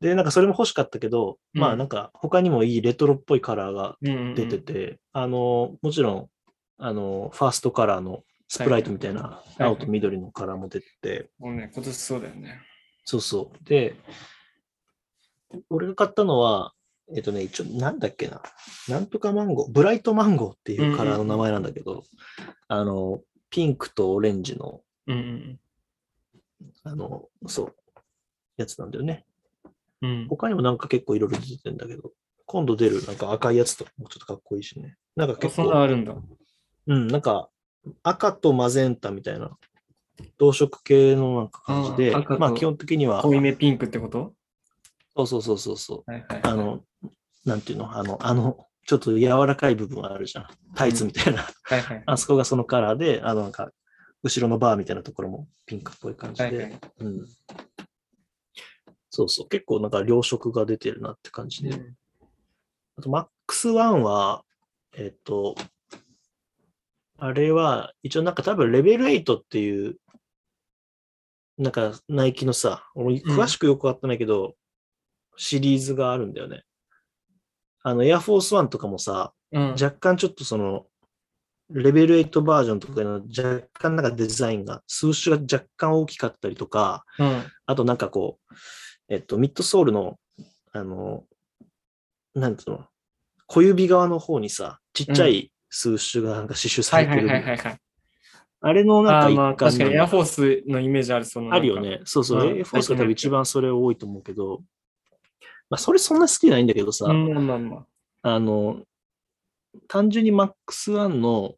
[SPEAKER 1] で、なんかそれも欲しかったけど、
[SPEAKER 2] うん
[SPEAKER 1] まあなんか他にもいいレトロっぽいカラーが
[SPEAKER 2] うんうん、
[SPEAKER 1] 出てて、あの、もちろん、あの、ファーストカラーのスプライトみたいな
[SPEAKER 2] はい
[SPEAKER 1] 青と緑のカラーも出てて、
[SPEAKER 2] もうね、今年そうだよね。
[SPEAKER 1] そうそう。で、俺が買ったのは、えっとね、一応なんだっけな、なんとかマンゴー、ブライトマンゴーっていうカラーの名前なんだけど、あの、ピンクとオレンジの
[SPEAKER 2] うん
[SPEAKER 1] あの、そう、やつなんだよね。
[SPEAKER 2] うんうん。うん。
[SPEAKER 1] 他にもなんか結構いろいろ出てんだけど、今度出るなんか赤いやつとかもちょっとかっこいいしね。なんか
[SPEAKER 2] あ
[SPEAKER 1] 結
[SPEAKER 2] そんなの
[SPEAKER 1] 構、
[SPEAKER 2] あるんだ。
[SPEAKER 1] うん、なんか赤とマゼンタみたいな、同色系のなんか感じで
[SPEAKER 2] あー赤、と
[SPEAKER 1] まあ基本的には、
[SPEAKER 2] 濃いめピンクってこと
[SPEAKER 1] そうそうそうそうそう、
[SPEAKER 2] はいはい。
[SPEAKER 1] あの、なんていうの、あの、あの、ちょっと柔らかい部分あるじゃん。タイツみたいな。
[SPEAKER 2] はいはい。
[SPEAKER 1] あそこがそのカラーで、あの、なんか、後ろのバーみたいなところもピンクっぽい感じ
[SPEAKER 2] はい
[SPEAKER 1] で
[SPEAKER 2] は、い。
[SPEAKER 1] うんそうそう、結構なんか良色が出てるなって感じで。
[SPEAKER 2] うん
[SPEAKER 1] あと、MAX1 は、えっと、あれは、一応なんか多分レベル8っていう、なんかナイキのさ、俺
[SPEAKER 2] うん
[SPEAKER 1] 詳しくよくわかってないけど、シリーズがあるんだよね。あの、エアフォース1とかもさ、
[SPEAKER 2] うん。
[SPEAKER 1] 若干ちょっとその、レベル8バージョンとかの若干なんかデザインが、数種が若干大きかったりとか、
[SPEAKER 2] うん。
[SPEAKER 1] あとなんかこう、えっと、ミッドソールの、あの、なんつうの、小指側の方にさ、ちっちゃい数種がなんか刺繍さ
[SPEAKER 2] はい
[SPEAKER 1] れて
[SPEAKER 2] は
[SPEAKER 1] る
[SPEAKER 2] い
[SPEAKER 1] みた
[SPEAKER 2] はいい
[SPEAKER 1] な。
[SPEAKER 2] はいはい。
[SPEAKER 1] あれのなん
[SPEAKER 2] あ
[SPEAKER 1] か
[SPEAKER 2] ー
[SPEAKER 1] 一
[SPEAKER 2] まあ確
[SPEAKER 1] 環
[SPEAKER 2] かに
[SPEAKER 1] な
[SPEAKER 2] エ
[SPEAKER 1] の
[SPEAKER 2] アフォースのイメージある、その。
[SPEAKER 1] あるよ。ね。そうそうう、
[SPEAKER 2] ん
[SPEAKER 1] a フォースが多分一番それ多いと思うけど、まあそれそんな好きじゃないんだけどさ、
[SPEAKER 2] うん、まあまあまあ。
[SPEAKER 1] あの、単純に MAX1 の、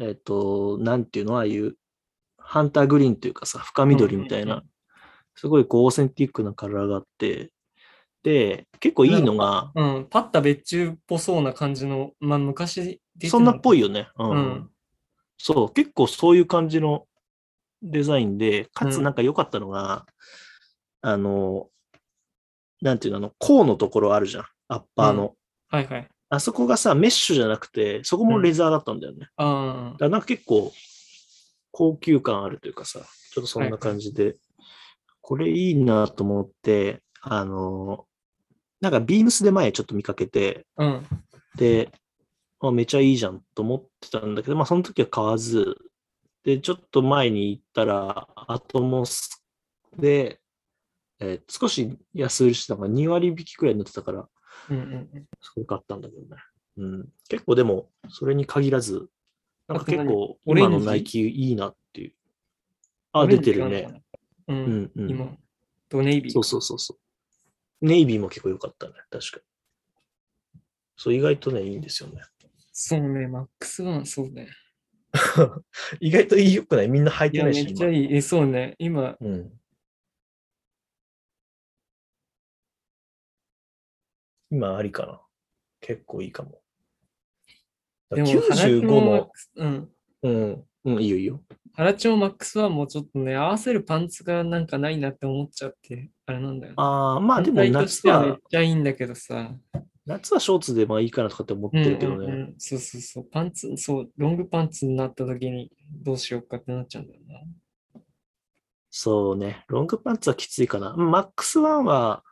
[SPEAKER 1] えっと、なんていうの、ああいう、ハンターグリーンというかさ、深緑みたい
[SPEAKER 2] うんうん
[SPEAKER 1] な、すごいこう、オーセンティックなカラーがあって、で、結構いいのが、
[SPEAKER 2] うん、パッタ別注っぽそうな感じの、まあ昔出て
[SPEAKER 1] そんなっぽ
[SPEAKER 2] い。
[SPEAKER 1] いよね。う。
[SPEAKER 2] うんん。
[SPEAKER 1] そう、結構そういう感じのデザインで、かつなんか良かったのが、あの、なんていうの、あの、甲のところあるじゃん。アッパーの。
[SPEAKER 2] はいはい。
[SPEAKER 1] あそこがさ、メッシュじゃなくて、そこもレザーだったんだよね。
[SPEAKER 2] あ
[SPEAKER 1] だからなんか結構、高級感あるというかさ、ちょっとそんな感じで、これいいなと思って、あの、なんかビームスで前ちょっと見かけて、
[SPEAKER 2] あ、うん。
[SPEAKER 1] で、あめちゃいいじゃんと思ってたんだけど、まあその時は買わず、で、ちょっと前に行ったら、アトモスで、えー少し安売りしてたのが2割引きくらいになってたから、
[SPEAKER 2] うんうんうん。
[SPEAKER 1] すごかったんだけどね。うん、結構でも、それに限らず、なんか結構、
[SPEAKER 2] あと何
[SPEAKER 1] 今の
[SPEAKER 2] オレンジ
[SPEAKER 1] ナイキいいなっていう。あ、出てるね。。
[SPEAKER 2] う。
[SPEAKER 1] うんんうん。
[SPEAKER 2] 今、ドネイビー。
[SPEAKER 1] そうそうそうそう。ネイビーも結構良かったね。確かに。そう、意外とね、いいんですよね。
[SPEAKER 2] そうね、マックスワン、そうね。
[SPEAKER 1] 意外と良くないみんな履い
[SPEAKER 2] い
[SPEAKER 1] て
[SPEAKER 2] や、
[SPEAKER 1] ない
[SPEAKER 2] め
[SPEAKER 1] し。
[SPEAKER 2] っちゃいい。え、そうね。今、
[SPEAKER 1] 今うん。今ありかな。結構いいかも。
[SPEAKER 2] でも、
[SPEAKER 1] 95
[SPEAKER 2] も
[SPEAKER 1] の、、
[SPEAKER 2] うん。
[SPEAKER 1] うん、うん、いいよいいよ。
[SPEAKER 2] 原町マックスワンもちょっとね、合わせるパンツがなんかないなって思っちゃって、あれなんだよね。
[SPEAKER 1] ああ、まあでも
[SPEAKER 2] 全体とし
[SPEAKER 1] 夏
[SPEAKER 2] てはめっ
[SPEAKER 1] は、
[SPEAKER 2] ちゃいいんだけどさ。
[SPEAKER 1] 夏はショーツでまあいいかなとかって思ってるけど
[SPEAKER 2] うんうん
[SPEAKER 1] ね。
[SPEAKER 2] うんそうそうそう。パンツ、そう、ロングパンツになった時にどうしようかってなっちゃうんだよな。
[SPEAKER 1] そうね。ロングパンツはきついかな。うんマックスワンは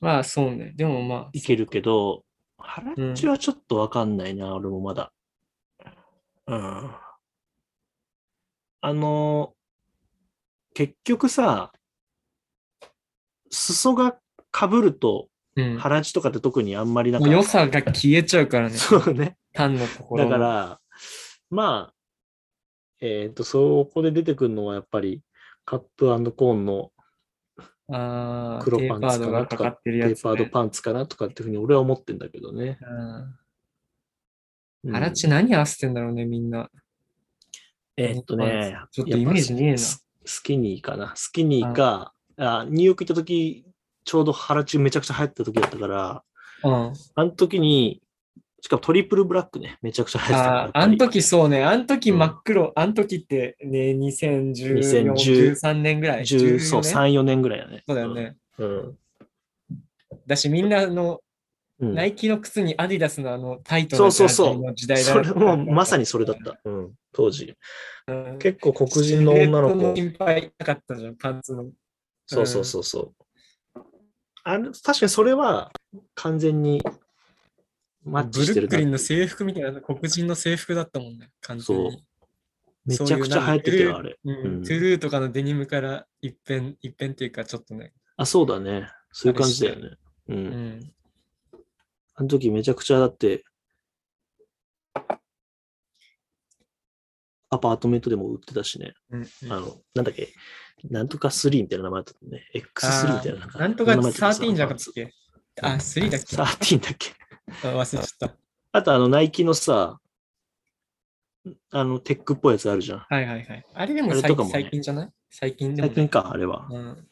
[SPEAKER 2] まあそうね。でもまあ、
[SPEAKER 1] いけるけど、ハラッチはちょっとわかんないな、俺もまだ。うん。あの、結局さ、裾が被ると、
[SPEAKER 2] うん。
[SPEAKER 1] ハラチとかって特にあんまりなん
[SPEAKER 2] も
[SPEAKER 1] か
[SPEAKER 2] う、良さが消えちゃうからね。
[SPEAKER 1] そうね。
[SPEAKER 2] 単のところ
[SPEAKER 1] だか
[SPEAKER 2] の。
[SPEAKER 1] ら、まあ、えっ、と、そこで出てくるのはやっぱり、カップコーンの
[SPEAKER 2] あー
[SPEAKER 1] 黒
[SPEAKER 2] テ
[SPEAKER 1] パン
[SPEAKER 2] ーパー
[SPEAKER 1] ツ
[SPEAKER 2] ド
[SPEAKER 1] かな
[SPEAKER 2] が
[SPEAKER 1] と
[SPEAKER 2] か
[SPEAKER 1] か
[SPEAKER 2] かってる
[SPEAKER 1] ペ
[SPEAKER 2] や
[SPEAKER 1] ー
[SPEAKER 2] つ、
[SPEAKER 1] パード
[SPEAKER 2] ね。
[SPEAKER 1] パンツかなとかっていうふうに俺は思ってんだけどね。
[SPEAKER 2] うん
[SPEAKER 1] うん
[SPEAKER 2] ハラッチ何合わせてんだろうね、みんな。
[SPEAKER 1] えっとね、
[SPEAKER 2] ちょっとイメージねえ
[SPEAKER 1] や
[SPEAKER 2] な
[SPEAKER 1] っぱススキニーかな。スキニーか、あニューヨーク行った時、ちょうどハラチめちゃくちゃ流行った時だったから、
[SPEAKER 2] うん。
[SPEAKER 1] あの時に、しかもトリプルブラックね、めちゃくちゃ流行ってたからや
[SPEAKER 2] あ
[SPEAKER 1] っぱ
[SPEAKER 2] あ、あ
[SPEAKER 1] り
[SPEAKER 2] の時そうね、あの時
[SPEAKER 1] うん
[SPEAKER 2] 真っ黒、あの時ってね、2014、
[SPEAKER 1] 2010
[SPEAKER 2] 13年ぐらい。
[SPEAKER 1] 10
[SPEAKER 2] 14
[SPEAKER 1] そう、
[SPEAKER 2] 年
[SPEAKER 1] 3、4年ぐらいだね。
[SPEAKER 2] そうだよね。
[SPEAKER 1] うん。
[SPEAKER 2] だし、みんなあの、
[SPEAKER 1] うん。
[SPEAKER 2] ナイキの靴にアディダスのあのタイト
[SPEAKER 1] そう
[SPEAKER 2] な
[SPEAKER 1] そう
[SPEAKER 2] ジャ
[SPEAKER 1] そう
[SPEAKER 2] ージの時代だ
[SPEAKER 1] それもまさにそれだっ。た。うん、当時。
[SPEAKER 2] うん
[SPEAKER 1] 結構黒人の女の
[SPEAKER 2] シルエット
[SPEAKER 1] 子。
[SPEAKER 2] 心配なかったじゃん、パンツの。
[SPEAKER 1] そうそうそうそう。あの確かにそれは完全にマッチして
[SPEAKER 2] ブル
[SPEAKER 1] る
[SPEAKER 2] ックリン
[SPEAKER 1] な。
[SPEAKER 2] の制服みたいな黒人の制服だったもんね、完全に。
[SPEAKER 1] めちゃくちゃ流行ってた
[SPEAKER 2] そういう
[SPEAKER 1] よ、
[SPEAKER 2] な
[SPEAKER 1] あれ。
[SPEAKER 2] うん
[SPEAKER 1] うん
[SPEAKER 2] トゥルーとかのデニムから一変、一変っていうか、ちょっとね。
[SPEAKER 1] あ、そうだね。そういう感じだよね。う。
[SPEAKER 2] うんん。
[SPEAKER 1] あの時めちゃくちゃだって、アパートメントでも売ってたしね。
[SPEAKER 2] うん
[SPEAKER 1] あの、なんだっけ、なんとか3みたいな名前だったね。X3 みたいな。
[SPEAKER 2] なんとか
[SPEAKER 1] 名前だったさ
[SPEAKER 2] 13じゃなかったっけあ、3だっけあ
[SPEAKER 1] 13だっけ。
[SPEAKER 2] 忘れちゃっ
[SPEAKER 1] あとあの、ナイキのさ、あの、テックっぽいやつあるじゃん。
[SPEAKER 2] た。はいはいはい。あれでも
[SPEAKER 1] あれ
[SPEAKER 2] 最
[SPEAKER 1] とかも
[SPEAKER 2] 近
[SPEAKER 1] ね
[SPEAKER 2] 最近じゃない最近でも
[SPEAKER 1] 最
[SPEAKER 2] ない
[SPEAKER 1] 近か、あれは。
[SPEAKER 2] うん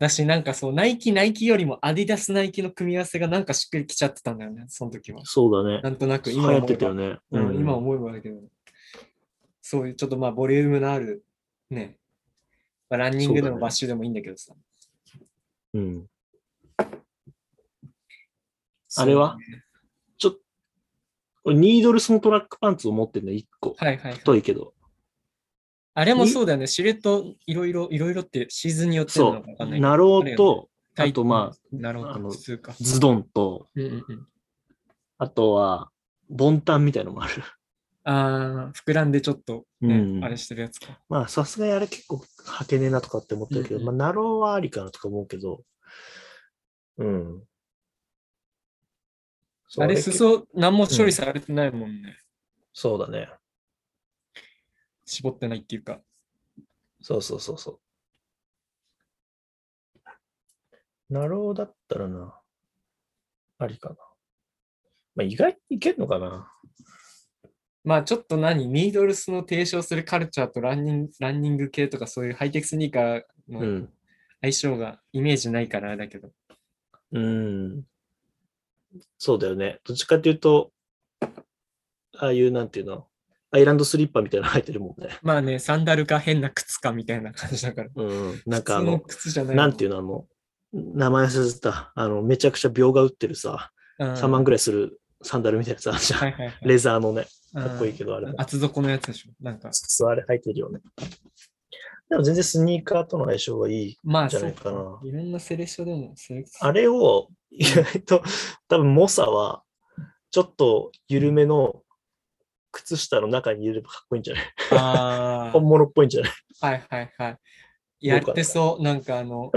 [SPEAKER 2] だし、なんかそう、ナイキ、ナイキよりもアディダス、ナイキの組み合わせがなんかしっくりきちゃってたんだよね、その時は。
[SPEAKER 1] そうだね
[SPEAKER 2] な。んとなく
[SPEAKER 1] 流
[SPEAKER 2] 今
[SPEAKER 1] 行
[SPEAKER 2] 思え
[SPEAKER 1] っ
[SPEAKER 2] ば
[SPEAKER 1] てたよね。
[SPEAKER 2] うん、今
[SPEAKER 1] うん
[SPEAKER 2] 思えばだけど、そういうちょっとまあボリュームのある、ね、まあ、ランニング
[SPEAKER 1] そう
[SPEAKER 2] で
[SPEAKER 1] だ
[SPEAKER 2] も
[SPEAKER 1] ね
[SPEAKER 2] バッシュでもいいんだけどさ。
[SPEAKER 1] うん。あれは
[SPEAKER 2] そうね
[SPEAKER 1] ちょっと、ニードルそのトラックパンツを持ってんの、1個。
[SPEAKER 2] はいはいはい。
[SPEAKER 1] 太いけど。
[SPEAKER 2] あれもそうだよね、シルエットいろいろ、いろいろってシーズンによってな
[SPEAKER 1] そ
[SPEAKER 2] のかわかん
[SPEAKER 1] う。
[SPEAKER 2] ないけど。
[SPEAKER 1] ナロ
[SPEAKER 2] あ
[SPEAKER 1] ー
[SPEAKER 2] るよ
[SPEAKER 1] と、あとまあ、
[SPEAKER 2] あ、なるほ
[SPEAKER 1] あの
[SPEAKER 2] ど、普通か。
[SPEAKER 1] ズドンと、
[SPEAKER 2] うんうんうん。
[SPEAKER 1] あとは、ボンタンみたいのもある。
[SPEAKER 2] ああ、膨らんでちょっと、ね
[SPEAKER 1] うん
[SPEAKER 2] あれしてるやつか。
[SPEAKER 1] まあ、さすがにあれ結構履けねえなとかって思ってるけど、
[SPEAKER 2] うん
[SPEAKER 1] まあ、ナローはありかなとか思うけど、うん。そう
[SPEAKER 2] あれ、裾、何も処理されてないもんね。
[SPEAKER 1] そうだね。
[SPEAKER 2] 絞ってないっていうか。
[SPEAKER 1] そうそうそうそう。ナローだったらな、ありかな。まあ、意外にいけんのかな。
[SPEAKER 2] まあ、ちょっと何、ニードルスの提唱するカルチャーとランニングランニング系とか、そういうハイテクスニーカー
[SPEAKER 1] う
[SPEAKER 2] の
[SPEAKER 1] ん。
[SPEAKER 2] 相性がイメージないからあれだけど。
[SPEAKER 1] うん。そうだよね。どっちかっていうと、ああいう、なんていうの、アイランドスリッパみたいなの履いてるもんね。
[SPEAKER 2] まあね、サンダルか変な靴かみたいな感じだから。
[SPEAKER 1] うん。 なんかあ
[SPEAKER 2] 普通
[SPEAKER 1] の、
[SPEAKER 2] 靴じゃない。
[SPEAKER 1] なんて
[SPEAKER 2] い
[SPEAKER 1] いうの、あの、名前忘れてた、あの、めちゃくちゃ秒が打ってるさ、
[SPEAKER 2] う、ん、
[SPEAKER 1] 3万ぐらいするサンダルみたいなやつあるじゃん。
[SPEAKER 2] はいはいはい。
[SPEAKER 1] レザーのね、
[SPEAKER 2] うん
[SPEAKER 1] かっこいいけど、あれも。
[SPEAKER 2] 厚底のやつでしょ。なんか、
[SPEAKER 1] そう、あれ履いてるよね。でも全然スニーカーとの相性がいい。
[SPEAKER 2] まあ、
[SPEAKER 1] じゃ
[SPEAKER 2] そ
[SPEAKER 1] な
[SPEAKER 2] う
[SPEAKER 1] いかな
[SPEAKER 2] かいろんなセレクションでもセレクト
[SPEAKER 1] あれを、意外と、多分モサは、ちょっと緩めの靴下の中に入れればかっこいいんじゃない
[SPEAKER 2] あ
[SPEAKER 1] 本物っぽいんじゃない
[SPEAKER 2] あ、はいはいはい。
[SPEAKER 1] どう
[SPEAKER 2] や
[SPEAKER 1] かな
[SPEAKER 2] ってそう。なんかあの、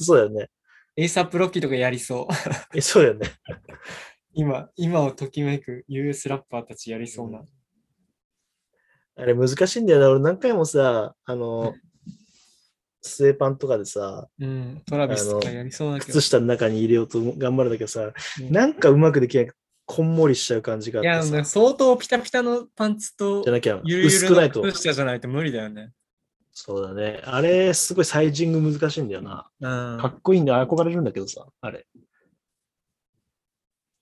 [SPEAKER 1] そうだよね。
[SPEAKER 2] エイサップロッキーとかやりそう。
[SPEAKER 1] え、そうだよね。
[SPEAKER 2] 今、今をときめく US ラッパーたちやりそうな。
[SPEAKER 1] あれ難しいんだよな。俺何回もさ、あの、スウェーパンとかでさ、
[SPEAKER 2] うん、トラビスとかやりそうだけど
[SPEAKER 1] 靴。下の中に入れようと頑張るんだけどさ、
[SPEAKER 2] うん
[SPEAKER 1] なんかうまくできない。こんもりしちゃう感じがあ
[SPEAKER 2] い
[SPEAKER 1] っ
[SPEAKER 2] や、あ
[SPEAKER 1] て
[SPEAKER 2] の
[SPEAKER 1] さ
[SPEAKER 2] ね、相当ピタピタのパンツと
[SPEAKER 1] じゃ、なきゃ
[SPEAKER 2] ゆるゆ
[SPEAKER 1] 薄
[SPEAKER 2] る
[SPEAKER 1] くな
[SPEAKER 2] の
[SPEAKER 1] いと。
[SPEAKER 2] 靴下じゃないと無理だよね。
[SPEAKER 1] そうだね。あれ、すごいサイジング難しいんだよな。
[SPEAKER 2] うん
[SPEAKER 1] か。っこいいんで憧れるんだけどさ、あれ。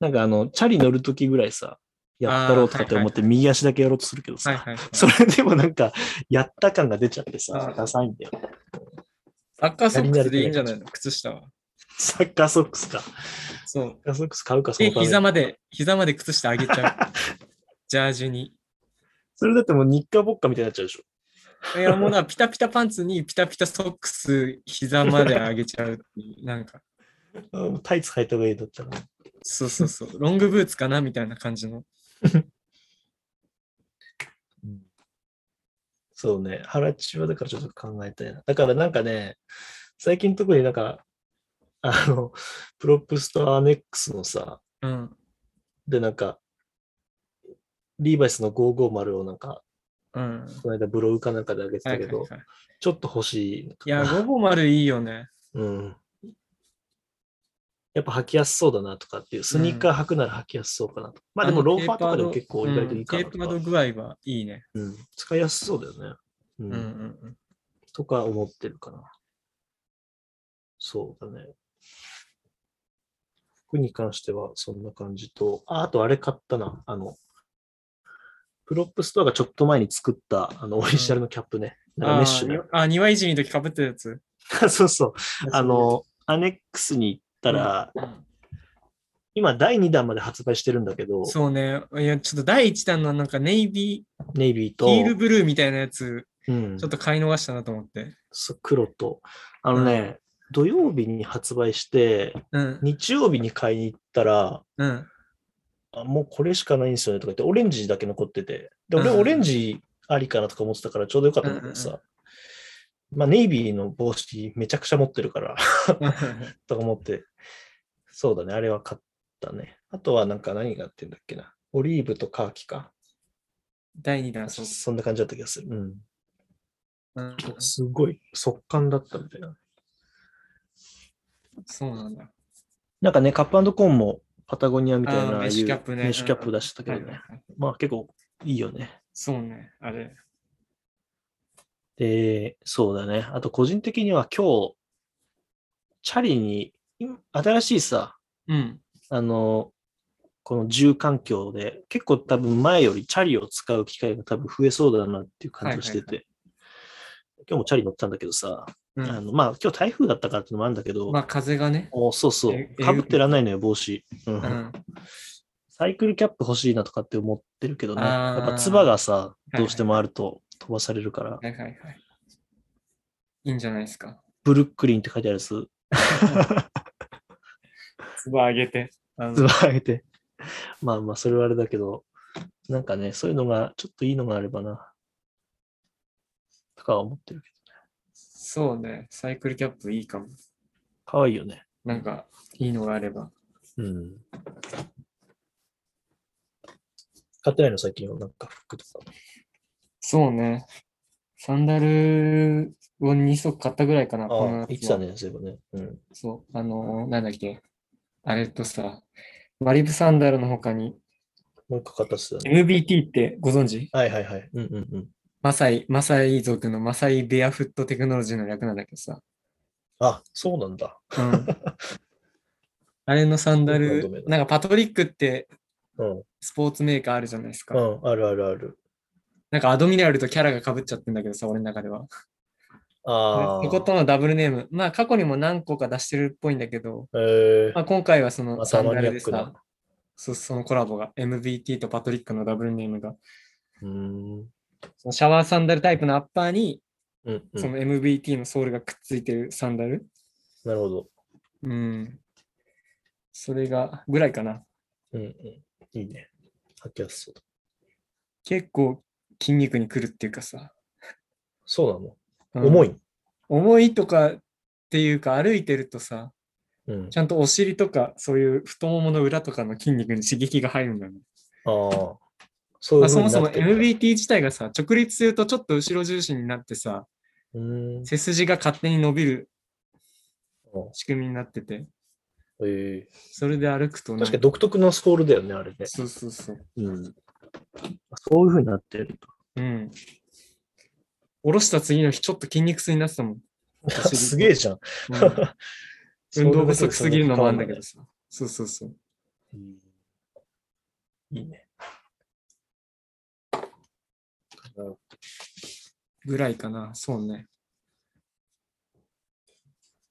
[SPEAKER 1] なんかあの、チャリ乗るときぐらいさ、やったろうとかって思って右足だけやろうとするけど
[SPEAKER 2] はい
[SPEAKER 1] さ、
[SPEAKER 2] はいはい。
[SPEAKER 1] それでもなんか、やった感が出ちゃってさ
[SPEAKER 2] う、ん
[SPEAKER 1] ダサいんだよ。
[SPEAKER 2] サッカーソックスでいいんじゃないの靴下は。
[SPEAKER 1] サッカーソックスか。サ
[SPEAKER 2] そう。
[SPEAKER 1] ッカーソックス買うか、そ
[SPEAKER 2] で、
[SPEAKER 1] のために
[SPEAKER 2] 膝まで、膝まで靴下上げちゃう。 ジャージに。
[SPEAKER 1] それだってもう日課ぼっかみたいになっちゃうでしょ。
[SPEAKER 2] いや、もうな、ピタピタパンツにピタピタソックス、膝まで上げちゃうっていう。なんか、
[SPEAKER 1] うんタイツ履いた方がいいだったら。
[SPEAKER 2] そうそうそう。ロングブーツかなみたいな感じの。
[SPEAKER 1] そうね。腹チはだからちょっと考えたいな。だからなんかね、最近特になんか、あの、プロップスとアネックスのさ、
[SPEAKER 2] うん。
[SPEAKER 1] でなんか、リーバイスの550をなんか、
[SPEAKER 2] うん。
[SPEAKER 1] この間ブログかなんかであげて
[SPEAKER 2] は
[SPEAKER 1] た
[SPEAKER 2] い
[SPEAKER 1] け
[SPEAKER 2] はいは
[SPEAKER 1] ど
[SPEAKER 2] い、。
[SPEAKER 1] ちょっと欲しいのか
[SPEAKER 2] い
[SPEAKER 1] な。
[SPEAKER 2] や、午後丸いいよね。
[SPEAKER 1] うん。やっぱ履きやすそうだなとかっていう、スニーカー履くなら履きやすそうかなと。まあでもローファーとかでも結構意外といいかな
[SPEAKER 2] うん
[SPEAKER 1] と
[SPEAKER 2] テー
[SPEAKER 1] か
[SPEAKER 2] パー、ド具合はいいね。
[SPEAKER 1] うん使いやすそうだよね。う
[SPEAKER 2] うんんうんうん。
[SPEAKER 1] とか思ってるかな。そうだね。服に関してはそんな感じと、あ、あとあれ買ったな。あの、プロップストアがちょっと前に作った、あの、オリジナルのキャップね。なんかメッシュの。
[SPEAKER 2] あー、にあ庭いじりの時かぶってたやつ。
[SPEAKER 1] そうそう。あの、アネックスに行ったら、
[SPEAKER 2] うん、
[SPEAKER 1] 今第2弾まで発売してるんだけど、
[SPEAKER 2] そうね。いや、ちょっと第1弾のなんかネイビ
[SPEAKER 1] ネイビー
[SPEAKER 2] ー、
[SPEAKER 1] と、
[SPEAKER 2] ヒールブルーみたいなやつ、
[SPEAKER 1] うん
[SPEAKER 2] ちょっと買い逃したなと思って。
[SPEAKER 1] そう黒と。あのね、土曜日に発売して、
[SPEAKER 2] うん。
[SPEAKER 1] 日曜日に買いに行ったら、
[SPEAKER 2] うん。
[SPEAKER 1] あもうこれしかないんですよねとか言って、オレンジだけ残ってて。で、俺、
[SPEAKER 2] うん
[SPEAKER 1] オレンジありかなとか思ってたからちょうどよかったんだけど
[SPEAKER 2] うん
[SPEAKER 1] さ。まあ、ネイビーの帽子めちゃくちゃ持ってるから、 とか思って。そうだね、あれは買ったね。あとはなんか何があってんだっけな。オリーブとカーキか。
[SPEAKER 2] 第2弾、そう。
[SPEAKER 1] そんな感じだった気がする。うん。
[SPEAKER 2] うん、
[SPEAKER 1] すごい速乾だったみたいな。
[SPEAKER 2] そうなんだ。
[SPEAKER 1] なんかね、カップコーンもパタゴニアみたいな
[SPEAKER 2] あー
[SPEAKER 1] ああいう
[SPEAKER 2] メッシュキャップね
[SPEAKER 1] メッシュキャップ出してたけど
[SPEAKER 2] はい
[SPEAKER 1] ね
[SPEAKER 2] は。いはい
[SPEAKER 1] まあ結構いいよね。
[SPEAKER 2] そうね。あれ。
[SPEAKER 1] で、そうだね。あと個人的には今日、チャリに、今新しいさ、
[SPEAKER 2] うん。
[SPEAKER 1] あの、この住環境で、結構多分前よりチャリを使う機会が多分増えそうだなっていう感じがしてて、
[SPEAKER 2] はい
[SPEAKER 1] 今日もチャリ乗ったんだけどさ、
[SPEAKER 2] う
[SPEAKER 1] あ
[SPEAKER 2] ん、
[SPEAKER 1] のまあ今日台風だったからっていうのもあるんだけど、
[SPEAKER 2] まあ、風がね。
[SPEAKER 1] おそうそう
[SPEAKER 2] え、え
[SPEAKER 1] かぶってらんないのよ、帽子、うん
[SPEAKER 2] うん。
[SPEAKER 1] サイクルキャップ欲しいなとかって思ってるけどね、
[SPEAKER 2] あー
[SPEAKER 1] やっぱつばがさ、
[SPEAKER 2] いはい
[SPEAKER 1] どうしてもあると飛ばされるから、
[SPEAKER 2] はいはいはい。いいんじゃないですか。
[SPEAKER 1] ブルックリンって書いてあるやつ、
[SPEAKER 2] つば上げて。あの
[SPEAKER 1] つば上げて。まあまあ、それはあれだけど、なんかね、そういうのが、ちょっといいのがあればな。とかは思ってるけど。
[SPEAKER 2] そうね。サイクルキャップいいかも。
[SPEAKER 1] かわいいよね。
[SPEAKER 2] なんか、いいのがあれば。
[SPEAKER 1] うん。買ってないの、最近は。なんか服とか。
[SPEAKER 2] そうね。サンダルを2足買ったぐらいかな。この
[SPEAKER 1] ああ、
[SPEAKER 2] 夏は
[SPEAKER 1] 言ってたね、そういえばね。うん。
[SPEAKER 2] そう、あのーなんだっけ。あれとさ、マリブサンダルの他に、
[SPEAKER 1] もう一個買ったっすよね。
[SPEAKER 2] MBT ってご存知
[SPEAKER 1] はいはいはい。うんうんうん。
[SPEAKER 2] マサイ、マサイ族のマサイベアフットテクノロジーの略なんだけどさ。
[SPEAKER 1] あ、そうなんだ。
[SPEAKER 2] うん。あれのサンダ
[SPEAKER 1] どんな
[SPEAKER 2] ル
[SPEAKER 1] ド、メ
[SPEAKER 2] なんかパトリックって
[SPEAKER 1] うん。
[SPEAKER 2] スポーツメーカーあるじゃないです
[SPEAKER 1] う
[SPEAKER 2] か。
[SPEAKER 1] ん、あるあるある。
[SPEAKER 2] なんかアドミラルとキャラが被っちゃってんだけどさ、俺の中では。
[SPEAKER 1] ああ。
[SPEAKER 2] そことのダブルネーム。まあ過去にも何個か出してるっぽいんだけど、
[SPEAKER 1] えー
[SPEAKER 2] まあ、今回はその
[SPEAKER 1] また
[SPEAKER 2] サンダルで
[SPEAKER 1] マニアッ
[SPEAKER 2] さ
[SPEAKER 1] ク、
[SPEAKER 2] そそのコラボが MVT とパトリックのダブルネームが、
[SPEAKER 1] うーん。
[SPEAKER 2] そのシャワーサンダルタイプのアッパーに、
[SPEAKER 1] うん、う
[SPEAKER 2] そ
[SPEAKER 1] ん。
[SPEAKER 2] の MVT のソールがくっついてるサンダル。
[SPEAKER 1] なるほど。
[SPEAKER 2] うん。それが、ぐらいかな。
[SPEAKER 1] うん、うん。いいね。履きやすそうだ。
[SPEAKER 2] 結構筋肉にくるっていうかさ。
[SPEAKER 1] そう
[SPEAKER 2] う
[SPEAKER 1] なんの。重い。
[SPEAKER 2] 重いとかっていうか歩いてるとさ、
[SPEAKER 1] うん
[SPEAKER 2] ち。ゃんとお尻とかそういう太ももの裏とかの筋肉に刺激が入るんだよね。
[SPEAKER 1] ああ。そういう
[SPEAKER 2] まあ、そ
[SPEAKER 1] 風
[SPEAKER 2] も
[SPEAKER 1] に
[SPEAKER 2] そ
[SPEAKER 1] な
[SPEAKER 2] も
[SPEAKER 1] ってるんだ
[SPEAKER 2] MVT 自体がさ、直立するとちょっと後ろ重心になってさ、
[SPEAKER 1] うーん。
[SPEAKER 2] 背筋が勝手に伸びる仕組みになってて、
[SPEAKER 1] えー
[SPEAKER 2] それで歩くとなん
[SPEAKER 1] 確かに独特のスコールだよね、あれね。
[SPEAKER 2] そうそうそう。
[SPEAKER 1] うん。そういう風になってる。
[SPEAKER 2] うん。下ろした次の日、ちょっと筋肉痛になってた もん。
[SPEAKER 1] すげえじゃん。
[SPEAKER 2] うん運動不足すぎるのもあるんだけどさ。そうそうそう。
[SPEAKER 1] うんいいね。
[SPEAKER 2] ぐらいかな。そうね。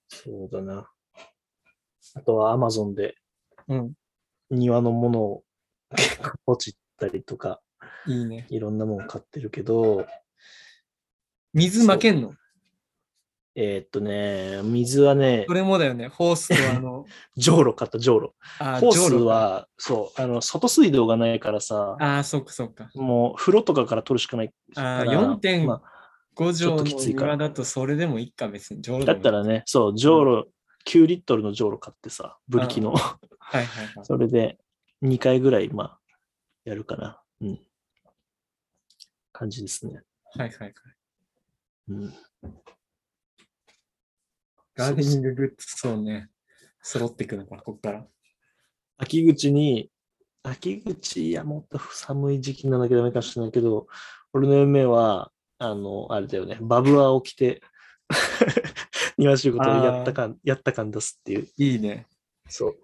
[SPEAKER 1] そうだな。あとは Amazon で
[SPEAKER 2] うん。
[SPEAKER 1] 庭のものを結構ポチったりとか、
[SPEAKER 2] いいね。
[SPEAKER 1] いろんなもの買ってるけど、
[SPEAKER 2] 水まけんの
[SPEAKER 1] えーっとね、水はね
[SPEAKER 2] そ、れもだよね。ホースと あの、
[SPEAKER 1] じょうろ買った、じょうろ。
[SPEAKER 2] あ
[SPEAKER 1] ホース。
[SPEAKER 2] ジョーロか
[SPEAKER 1] は、そう、あの、外水道がないからさ、
[SPEAKER 2] ああ、そっかそっか。
[SPEAKER 1] もう風呂とかから取るしかない
[SPEAKER 2] あ
[SPEAKER 1] か
[SPEAKER 2] あ、
[SPEAKER 1] ら。
[SPEAKER 2] 4.5
[SPEAKER 1] ま
[SPEAKER 2] 畳の
[SPEAKER 1] ちょっときついから
[SPEAKER 2] 庭だとそれでもいいか、別に。ジョー
[SPEAKER 1] あ
[SPEAKER 2] ロ
[SPEAKER 1] だ
[SPEAKER 2] で
[SPEAKER 1] った
[SPEAKER 2] もいい。
[SPEAKER 1] らね、そう、じょうろ、9リットルのじょうろ買ってさ、ブリキの。
[SPEAKER 2] はいはいはい。
[SPEAKER 1] それで2回ぐらい、まあ、やるかな。うん。感じですね。
[SPEAKER 2] はいはいはい。
[SPEAKER 1] うん。
[SPEAKER 2] ガーデニンググッズ、そうね。揃っていくのか、ここから。
[SPEAKER 1] 秋口に、秋口、いや、もっと寒い時期にならなきゃダメかもしれないけど、俺の夢は、あの、あれだよね、バブアを着て、 庭仕事をやった感、やった感出すっていう。
[SPEAKER 2] いいね。
[SPEAKER 1] そう。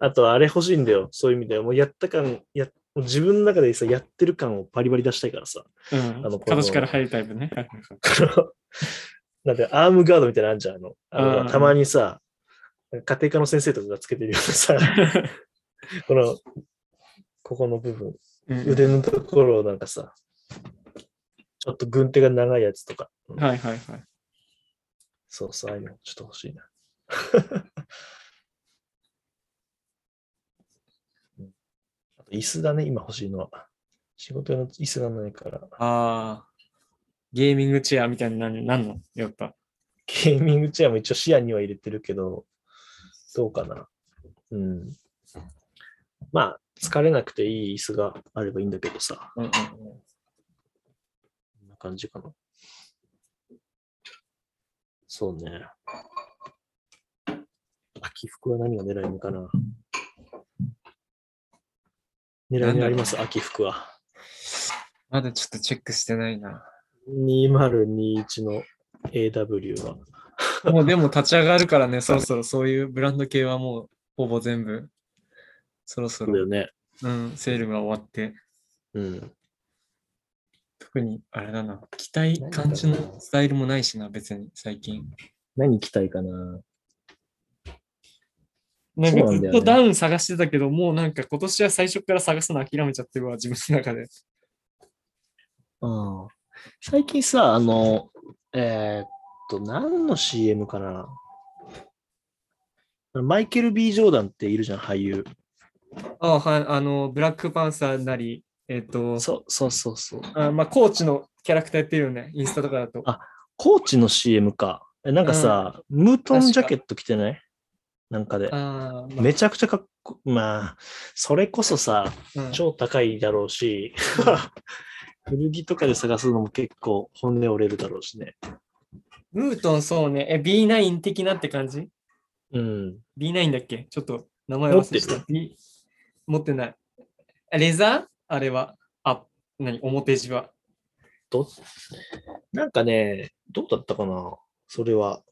[SPEAKER 1] あと、あれ欲しいんだよ。そういう意味では。もうやった感、や、もう自分の中でさ、やってる感をバリバリ出したいからさ。
[SPEAKER 2] うん
[SPEAKER 1] あの。
[SPEAKER 2] 形から入るタイプね。はいはいはい
[SPEAKER 1] なんかアームガードみたいなのあるじゃん。あの、あ
[SPEAKER 2] うん
[SPEAKER 1] のたまにさ、家庭科の先生とかがつけてるようなさ、この、ここの部分、
[SPEAKER 2] うん
[SPEAKER 1] 腕のところをなんかさ、ちょっと軍手が長いやつとか、うん
[SPEAKER 2] はいはいはい。
[SPEAKER 1] そうそう、ああいうのちょっと欲しいな。 うんあと椅子だね、今欲しいのは。仕事用の椅子がないから、
[SPEAKER 2] ああ。ゲーミングチェアみたいなのなんのやっぱ。
[SPEAKER 1] ゲーミングチェアも一応視野には入れてるけど、どうかな。うん。まあ、疲れなくていい椅子があればいいんだけどさ、
[SPEAKER 2] うんうん
[SPEAKER 1] こんな感じかな。そうね。秋服は何が狙い目かな。狙い目あります、秋服は。
[SPEAKER 2] まだちょっとチェックしてないな。
[SPEAKER 1] 2021の AW は。
[SPEAKER 2] もうでも立ち上がる からね、そろそろそういうブランド系はもうほぼ全部、そろ
[SPEAKER 1] そ
[SPEAKER 2] そ
[SPEAKER 1] うだ
[SPEAKER 2] ろ
[SPEAKER 1] よ、ね。
[SPEAKER 2] うん、セールが終わって、
[SPEAKER 1] うん。
[SPEAKER 2] 特にあれだな、着たい感じのスタイルもないしな、別に最近。
[SPEAKER 1] 何着たいかな。
[SPEAKER 2] な
[SPEAKER 1] そうな
[SPEAKER 2] んかず
[SPEAKER 1] んだ
[SPEAKER 2] っ
[SPEAKER 1] よね
[SPEAKER 2] とダウン探してたけど、もうなんか今年は最初から探すの諦めちゃってるわ、自分の中で。
[SPEAKER 1] うん最近さ、あの、えーっと、何の CM かなマイケル・ B ・ジョーダンっているじゃん、俳優。
[SPEAKER 2] ああ、はい、あの、ブラックパンサーなり、えっ、と、
[SPEAKER 1] そうそうそうそう。
[SPEAKER 2] あまあ、コーチのキャラクターやってるよね、インスタとかだと。
[SPEAKER 1] あコーチの CM か。えなんかさ、ムートンジャケット着てないなんかで。
[SPEAKER 2] あー、まあ
[SPEAKER 1] めちゃくちゃかっこ、まあ、それこそさ、
[SPEAKER 2] うん
[SPEAKER 1] 超高いだろうし、 古着とかで探すのも結構本音折れるだろうしね。
[SPEAKER 2] ムートン、そうね。え、B9 的なって感じ
[SPEAKER 1] うん。
[SPEAKER 2] ?B9 だっけちょっと名前忘れて
[SPEAKER 1] 持
[SPEAKER 2] た。B 持ってない。あレザーあれは。あ、何表地は。
[SPEAKER 1] ど、なんかね、どうだったかなそれは。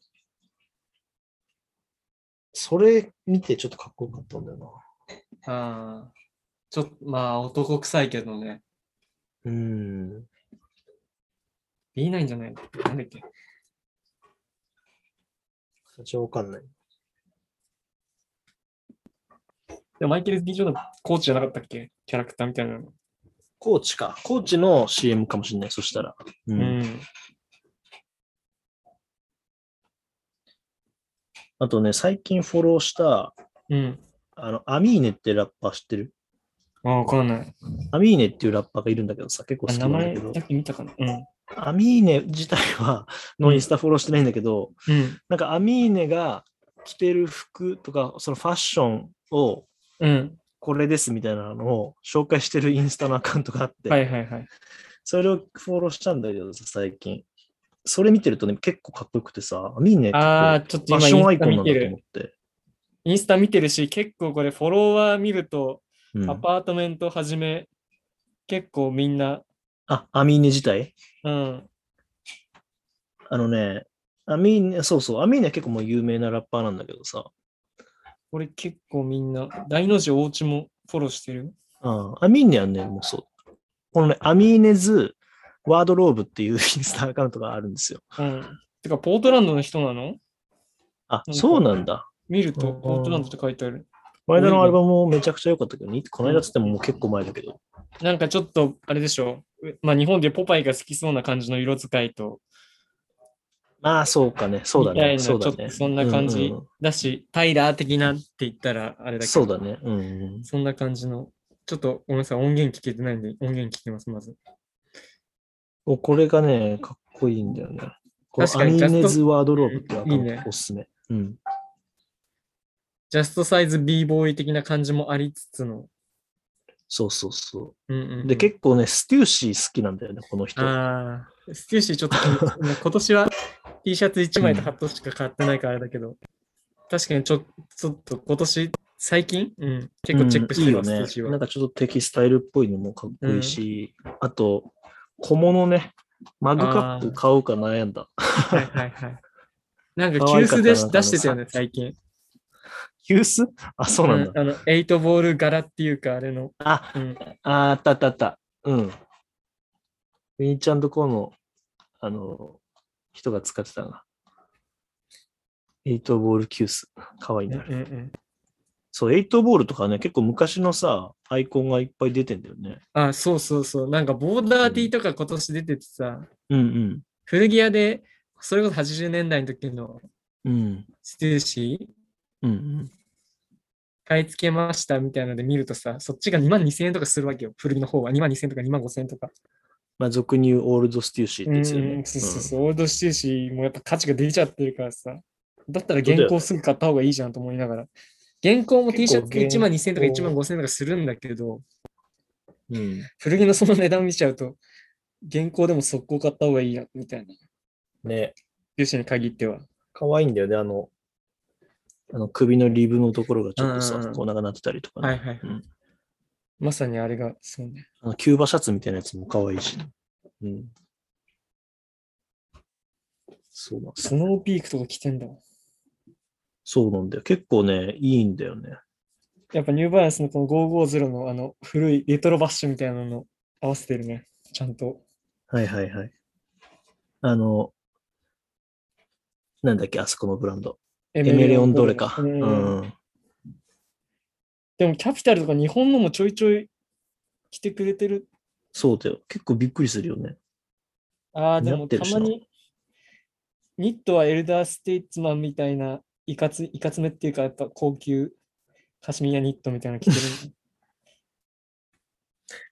[SPEAKER 1] それ見てちょっとかっこよかったんだよな。
[SPEAKER 2] あーちょっと、まあ、男臭いけどね。
[SPEAKER 1] うん。
[SPEAKER 2] B9 じゃない。なんだっけ。
[SPEAKER 1] 形はわかんない。
[SPEAKER 2] でもマイケル・ D ・ジョーダン、コーチじゃなかったっけキャラクターみたいなの。
[SPEAKER 1] コーチか。コーチの CM かもしれない。そしたら。う。
[SPEAKER 2] うんん。
[SPEAKER 1] あとね、最近フォローした、
[SPEAKER 2] うん。
[SPEAKER 1] あの、アミーネってラッパー知ってる
[SPEAKER 2] ああ、わかんない。
[SPEAKER 1] アミーネっていうラッパーがいるんだけどさ、結構好
[SPEAKER 2] あ
[SPEAKER 1] きな
[SPEAKER 2] 名
[SPEAKER 1] んだ
[SPEAKER 2] 前
[SPEAKER 1] けど
[SPEAKER 2] だ、け見たかな。うん。
[SPEAKER 1] アミーネ自体は、のインスタフォローしてないんだけど、
[SPEAKER 2] うん。
[SPEAKER 1] なんかアミーネが着てる服とか、そのファッションを、
[SPEAKER 2] うん。
[SPEAKER 1] これですみたいなのを紹介してるインスタのアカウントがあって、
[SPEAKER 2] はいはいはい。
[SPEAKER 1] それをフォローしたんだけどさ、最近。それ見てるとね、結構かっこよくてさ、アミーネってこう
[SPEAKER 2] ああ、ちょっ
[SPEAKER 1] フ
[SPEAKER 2] と
[SPEAKER 1] ァッ
[SPEAKER 2] 今
[SPEAKER 1] シ
[SPEAKER 2] イ
[SPEAKER 1] ョンア
[SPEAKER 2] ン
[SPEAKER 1] イ
[SPEAKER 2] スタ
[SPEAKER 1] コン
[SPEAKER 2] 見
[SPEAKER 1] なんだ
[SPEAKER 2] て
[SPEAKER 1] と思っ
[SPEAKER 2] る。
[SPEAKER 1] て。
[SPEAKER 2] インスタ見てるし、結構これフォロワー見ると、
[SPEAKER 1] うん
[SPEAKER 2] アパートメントはじめ、結構みんな、
[SPEAKER 1] あ、アミーネ自体
[SPEAKER 2] うん。
[SPEAKER 1] あのね、アミーネ、そうそう、アミーネは結構もう有名なラッパーなんだけどさ、
[SPEAKER 2] これ結構みんな、大の字おうちもフォローしてる。
[SPEAKER 1] あアミーネはね、もうそう。このね、アミーネズワードローブっていうインスタアカウントがあるんですよ。
[SPEAKER 2] うん。てか、ポートランドの人なの
[SPEAKER 1] あ、
[SPEAKER 2] うん
[SPEAKER 1] そうなんだ。
[SPEAKER 2] 見ると、
[SPEAKER 1] うん
[SPEAKER 2] ポートランドって書いてある。
[SPEAKER 1] 前田のアルバムもめちゃくちゃ良かったけど、にこの間っつってももう結構前だけど。
[SPEAKER 2] なんかちょっと、あれでしょう。まあ、日本でポパイが好きそうな感じの色使いと、
[SPEAKER 1] ああ、そうかね。そうだ
[SPEAKER 2] みたい
[SPEAKER 1] ね。
[SPEAKER 2] な
[SPEAKER 1] そうだ
[SPEAKER 2] ちょっ
[SPEAKER 1] ね。
[SPEAKER 2] とそんな感じ
[SPEAKER 1] うんうん
[SPEAKER 2] だし、タイラー的なって言ったら、あれだけど、
[SPEAKER 1] そうだね。うんうん。
[SPEAKER 2] そんな感じの、ちょっとごめんなさい、音源聞けてないんで、音源聞きます、まず。
[SPEAKER 1] おこれがね、かっこいいんだよね。こ
[SPEAKER 2] 確
[SPEAKER 1] のア
[SPEAKER 2] かに
[SPEAKER 1] ミーネ
[SPEAKER 2] ジャス
[SPEAKER 1] ズワードローブってアカウント
[SPEAKER 2] いいね
[SPEAKER 1] おすすめ。うん。
[SPEAKER 2] ジャストサイズ B ボーイ的な感じもありつつの。
[SPEAKER 1] そうそうそ
[SPEAKER 2] うんうんう
[SPEAKER 1] う。
[SPEAKER 2] ん
[SPEAKER 1] で、結構ね、ステューシー好きなんだよね、この人。
[SPEAKER 2] ああ、ステューシーちょっと気に 入ってる、今年は T シャツ1枚とハットしか買ってないからあれだけど、確かにちょちょっと今年、最近、うん、結構チェックしてます、
[SPEAKER 1] うんいい
[SPEAKER 2] ステュ
[SPEAKER 1] よね。な
[SPEAKER 2] ーシー
[SPEAKER 1] ん
[SPEAKER 2] は。
[SPEAKER 1] かちょっとテキスタイルっぽいのもかっこいいし、あと、小物ね、マグカップ買おうか悩んだ。
[SPEAKER 2] はいはいはい。なんか
[SPEAKER 1] 可
[SPEAKER 2] 急
[SPEAKER 1] 愛かったな
[SPEAKER 2] 須でし出してたよね、最近。
[SPEAKER 1] 急須あ、そうなんだ。
[SPEAKER 2] うんあの、エイトボール柄っていうか、あれの。
[SPEAKER 1] あ、
[SPEAKER 2] うん、
[SPEAKER 1] ああったあったあった。うん。みーちゃんとこの、あの、人が使ってたな。エイトボールキュース。かわいい
[SPEAKER 2] うん、う
[SPEAKER 1] ね、あれ
[SPEAKER 2] ん。
[SPEAKER 1] そう、エイトボールとかね、結構昔のさ、アイコンがいっぱい出てんだよね。
[SPEAKER 2] あ、そうそうそう。なんかボーダーティーとか今年出ててさ、
[SPEAKER 1] うん
[SPEAKER 2] 古着屋で、それこそ80年代の時の
[SPEAKER 1] うん。うん。
[SPEAKER 2] ステューシー
[SPEAKER 1] うんうん。
[SPEAKER 2] 買い付けましたみたいので見るとさ、そっちが2万2000円とかするわけよ。古着の方は2万2000円とか2万5000円とか。
[SPEAKER 1] まあ、俗に言うオールドステューシーってやつよ
[SPEAKER 2] うんう
[SPEAKER 1] ね
[SPEAKER 2] ん。そうそうそう。オールドシティシーもやっぱ価値が出ちゃってるからさ。だったら現行すぐ買った方がいいじゃんと思いながら。現行も T シャツで1万2000円とか1万5000円とかするんだけど、
[SPEAKER 1] うん。うん
[SPEAKER 2] 古着のその値段見ちゃうと、現行でも速攻買った方がいいや、みたいな。
[SPEAKER 1] ね、
[SPEAKER 2] ステューシーに限っては。
[SPEAKER 1] かわいいんだよね、あの、あの首のリブのところがちょっとさ、
[SPEAKER 2] うんうんうん
[SPEAKER 1] こう長くなってたりとかね、
[SPEAKER 2] はいはい。
[SPEAKER 1] うん
[SPEAKER 2] まさにあれが、そうね。
[SPEAKER 1] あのキューバシャツみたいなやつも可愛いし。うん。そうなんです。
[SPEAKER 2] スノーピークとか着てんだもん。
[SPEAKER 1] そうなんだよ。結構ね、いいんだよね。
[SPEAKER 2] やっぱニューバランスのこの550のあの古いレトロバッシュみたいなの合わせてるね。ちゃんと。
[SPEAKER 1] はいはいはい。あの、なんだっけ、あそこのブランド。
[SPEAKER 2] エ
[SPEAKER 1] エメレオンどれか。う
[SPEAKER 2] うん
[SPEAKER 1] ん。
[SPEAKER 2] でもキャピタルとか日本のもちょいちょい来てくれてる。
[SPEAKER 1] そうだよ。結構びっくりするよね。
[SPEAKER 2] ああ、で
[SPEAKER 1] 似合
[SPEAKER 2] も
[SPEAKER 1] って
[SPEAKER 2] た
[SPEAKER 1] るしな
[SPEAKER 2] まにニットはエルダーステイツマンみたいないかついかつめっていうかやっぱ高級カシミヤニットみたいな の着てる。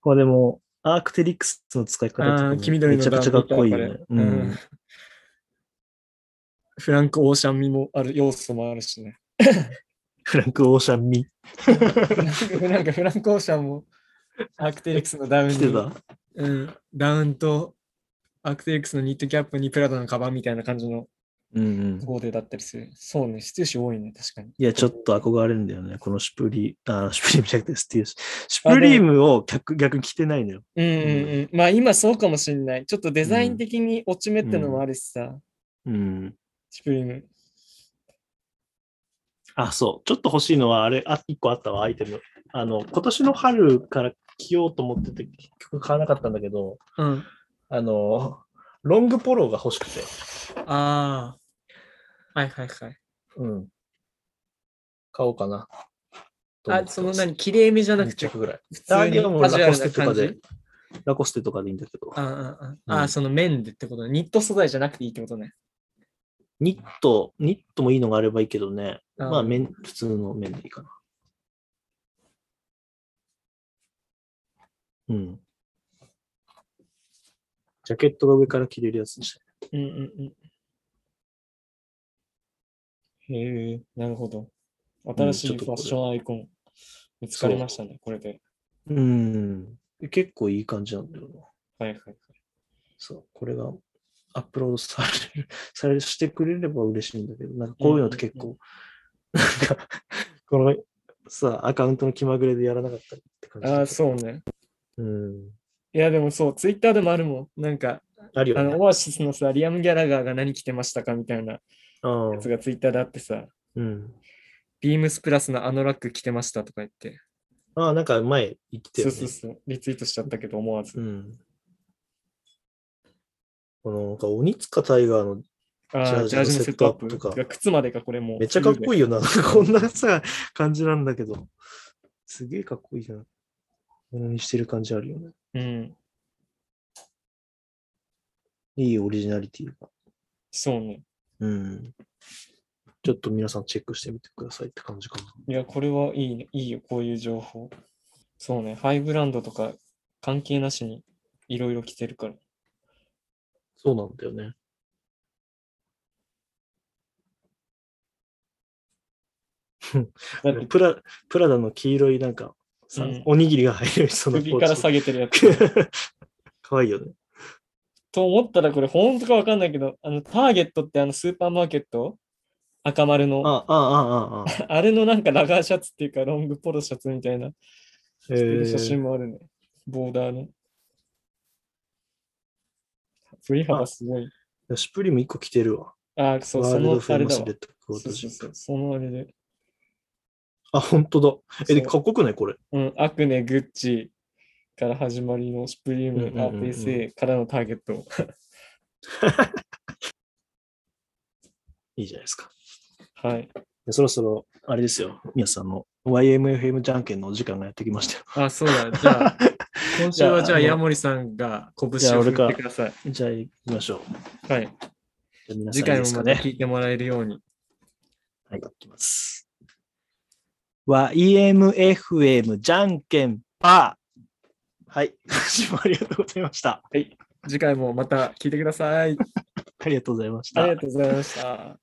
[SPEAKER 1] これでも、アークテリクスの使い方とか
[SPEAKER 2] あ
[SPEAKER 1] も
[SPEAKER 2] ー黄緑
[SPEAKER 1] め
[SPEAKER 2] の
[SPEAKER 1] ちゃ
[SPEAKER 2] ダウン
[SPEAKER 1] くちゃかっこいいよ
[SPEAKER 2] 見
[SPEAKER 1] ね
[SPEAKER 2] た。こ
[SPEAKER 1] う
[SPEAKER 2] れうん
[SPEAKER 1] ん。
[SPEAKER 2] フランク・オーシャン味もある要素もあるしね。
[SPEAKER 1] フランク・オーシャン・ミ
[SPEAKER 2] なんかフランク・オーシャンもアークテリクスのダウンに
[SPEAKER 1] 来てた。
[SPEAKER 2] うん、ダウンとアクテリクスのニットキャップにプラダのカバンみたいな感じの
[SPEAKER 1] うんうん。
[SPEAKER 2] 豪邸だったりする。そうね、ステューシー多いね、確かに。
[SPEAKER 1] いや、ちょっと憧れるんだよね。このシュプリーム、シュプリームじゃなくてスティーシシュプリームを逆逆に着てないのよ。
[SPEAKER 2] うんうんうん。まあ今そうかもしんない。ちょっとデザイン的に落ち目ってのもあるしさ、
[SPEAKER 1] うん。
[SPEAKER 2] シュプリーム。
[SPEAKER 1] あ、そう。ちょっと欲しいのは、あれ、あ、一個あったわ、アイテム。あの、今年の春から着ようと思ってて、結局買わなかったんだけど、
[SPEAKER 2] うん。
[SPEAKER 1] あの、ロングポローが欲しくて。
[SPEAKER 2] ああ。はいはいはい。
[SPEAKER 1] うん。買おうかな。
[SPEAKER 2] あ、その
[SPEAKER 1] 何
[SPEAKER 2] 何、綺麗めじゃなくて、
[SPEAKER 1] 着ぐらい。
[SPEAKER 2] 普
[SPEAKER 1] あ
[SPEAKER 2] 通
[SPEAKER 1] いやも
[SPEAKER 2] に
[SPEAKER 1] う
[SPEAKER 2] カジュ
[SPEAKER 1] ラ
[SPEAKER 2] ア
[SPEAKER 1] コ
[SPEAKER 2] ル
[SPEAKER 1] ステ
[SPEAKER 2] な
[SPEAKER 1] とか
[SPEAKER 2] 感
[SPEAKER 1] で
[SPEAKER 2] じ。、
[SPEAKER 1] ラコステとかでいいんだけど
[SPEAKER 2] あ。ああ
[SPEAKER 1] う
[SPEAKER 2] あ
[SPEAKER 1] ん
[SPEAKER 2] あ、その面でってことね。ニット素材じゃなくていいってことね。
[SPEAKER 1] ニット、ニットもいいのがあればいいけどね。
[SPEAKER 2] あー
[SPEAKER 1] まあ、面、普通の面でいいかな。うん。ジャケットが上から着れるやつにしたい。
[SPEAKER 2] うんうんうん。へえ、なるほど。新し
[SPEAKER 1] ちょ
[SPEAKER 2] い
[SPEAKER 1] っ
[SPEAKER 2] フ
[SPEAKER 1] とこ
[SPEAKER 2] ァッ
[SPEAKER 1] れ
[SPEAKER 2] ションアイコン見つかりましたね、これで。
[SPEAKER 1] うん。結構いい感じなんだよな。
[SPEAKER 2] はいはいはい。
[SPEAKER 1] そう。これがアップロードされる、 されしてくれれば嬉しいんだけど、なんかこういうのって結構、なんか、このさ、アカウントの気まぐれでやらなかったりって感じだけど。
[SPEAKER 2] ああ、そうね。
[SPEAKER 1] うん。
[SPEAKER 2] いや、でもそう、ツイッターでもあるもん。なんか、
[SPEAKER 1] ある
[SPEAKER 2] あ
[SPEAKER 1] よ
[SPEAKER 2] の、
[SPEAKER 1] ね。
[SPEAKER 2] オアシスのさ、リアム・ギャラガーが何着てましたかみたいな
[SPEAKER 1] うん
[SPEAKER 2] やつがツイッターであってさ、
[SPEAKER 1] うん。
[SPEAKER 2] ビームスプラスのあのラック着てましたとか言って、
[SPEAKER 1] ああ、なんか前言ってたよ
[SPEAKER 2] そう
[SPEAKER 1] ね。
[SPEAKER 2] そうそう、リツイートしちゃったけど思わず。
[SPEAKER 1] うん。この、なんか鬼塚タイガーの
[SPEAKER 2] ああ、ジ
[SPEAKER 1] ジ
[SPEAKER 2] ャ
[SPEAKER 1] ャ
[SPEAKER 2] ー
[SPEAKER 1] ー
[SPEAKER 2] ジ
[SPEAKER 1] ジ
[SPEAKER 2] の
[SPEAKER 1] の
[SPEAKER 2] セ
[SPEAKER 1] セ
[SPEAKER 2] ッ
[SPEAKER 1] ッ
[SPEAKER 2] ト
[SPEAKER 1] ト
[SPEAKER 2] ア
[SPEAKER 1] ア
[SPEAKER 2] ッ
[SPEAKER 1] ッ
[SPEAKER 2] プ
[SPEAKER 1] プ
[SPEAKER 2] と
[SPEAKER 1] と
[SPEAKER 2] か
[SPEAKER 1] か。
[SPEAKER 2] 靴までがこれもう。
[SPEAKER 1] めっちゃかっこいい
[SPEAKER 2] い。
[SPEAKER 1] よな。こんなさ、感じなんだけど。すげえかっこいいな。ものにしてる感じあるよね。
[SPEAKER 2] うん、
[SPEAKER 1] いいオリジナリティが。
[SPEAKER 2] そうね。
[SPEAKER 1] うん。ちょっと皆さんチェックしてみてくださいって感じかな。
[SPEAKER 2] いや、これはいいね。いいよ、こういう情報。そうね、ハイブランドとか関係なしにいろいろ着てるから。
[SPEAKER 1] そうなんだよね。
[SPEAKER 2] だって
[SPEAKER 1] プラ、プラダの黄色いなんかさ、
[SPEAKER 2] うん
[SPEAKER 1] おにぎりが入るその
[SPEAKER 2] 首から下
[SPEAKER 1] げ
[SPEAKER 2] げてるやつ。
[SPEAKER 1] て。 かわいいよね。
[SPEAKER 2] と思ったらこれ本当かわかんないけど、あの、ターゲットってあのスーパーマーケット赤丸の。
[SPEAKER 1] あ、あ、あ、あ、あ。
[SPEAKER 2] あれのなんかラガーシャツっていうかロングポロシャツみたいな
[SPEAKER 1] え
[SPEAKER 2] 着てる写
[SPEAKER 1] ー、
[SPEAKER 2] 真もあるね。ボーダーの。振り幅すごい。
[SPEAKER 1] シュプリム1個着てるわ。
[SPEAKER 2] ああ、そう、
[SPEAKER 1] ワ
[SPEAKER 2] そ
[SPEAKER 1] ールド
[SPEAKER 2] の
[SPEAKER 1] フ
[SPEAKER 2] あ
[SPEAKER 1] ェ
[SPEAKER 2] れ
[SPEAKER 1] イマ
[SPEAKER 2] だ
[SPEAKER 1] ス
[SPEAKER 2] わ
[SPEAKER 1] レ。ッドクォー
[SPEAKER 2] そ
[SPEAKER 1] ター
[SPEAKER 2] うそ
[SPEAKER 1] ジ
[SPEAKER 2] う
[SPEAKER 1] ャ
[SPEAKER 2] そ
[SPEAKER 1] ン
[SPEAKER 2] う、そのあれで。
[SPEAKER 1] あ、本当だ。え、で、
[SPEAKER 2] そう
[SPEAKER 1] かっこよくないこれ。
[SPEAKER 2] うん、アクネ、グッチから始まりのスプリーム、
[SPEAKER 1] うんうんうんうん
[SPEAKER 2] RPSA からのターゲット。
[SPEAKER 1] いいじゃないですか。
[SPEAKER 2] はい。
[SPEAKER 1] でそろそろ、あれですよ。皆さんの YMFM じゃんけんのお時間がやってきましたよ。
[SPEAKER 2] あ、そうだ。じゃあ、今週はじゃあ、
[SPEAKER 1] じゃああの
[SPEAKER 2] ヤモリさんが拳
[SPEAKER 1] じゃあ
[SPEAKER 2] を振
[SPEAKER 1] 俺
[SPEAKER 2] っ
[SPEAKER 1] か
[SPEAKER 2] てください。
[SPEAKER 1] じゃあ、行きましょう。
[SPEAKER 2] はい。
[SPEAKER 1] じゃあ皆さん
[SPEAKER 2] 次
[SPEAKER 1] いい
[SPEAKER 2] 回
[SPEAKER 1] で
[SPEAKER 2] も
[SPEAKER 1] す
[SPEAKER 2] ま
[SPEAKER 1] か
[SPEAKER 2] た
[SPEAKER 1] ね。
[SPEAKER 2] 聞いてもらえるように。
[SPEAKER 1] はい、行きます。YMFM じゃんけんパー。はい。 ご視聴ありがとうございました。
[SPEAKER 2] 次回もまた聞いてください。
[SPEAKER 1] ありがとうございました。
[SPEAKER 2] ありがとうございました。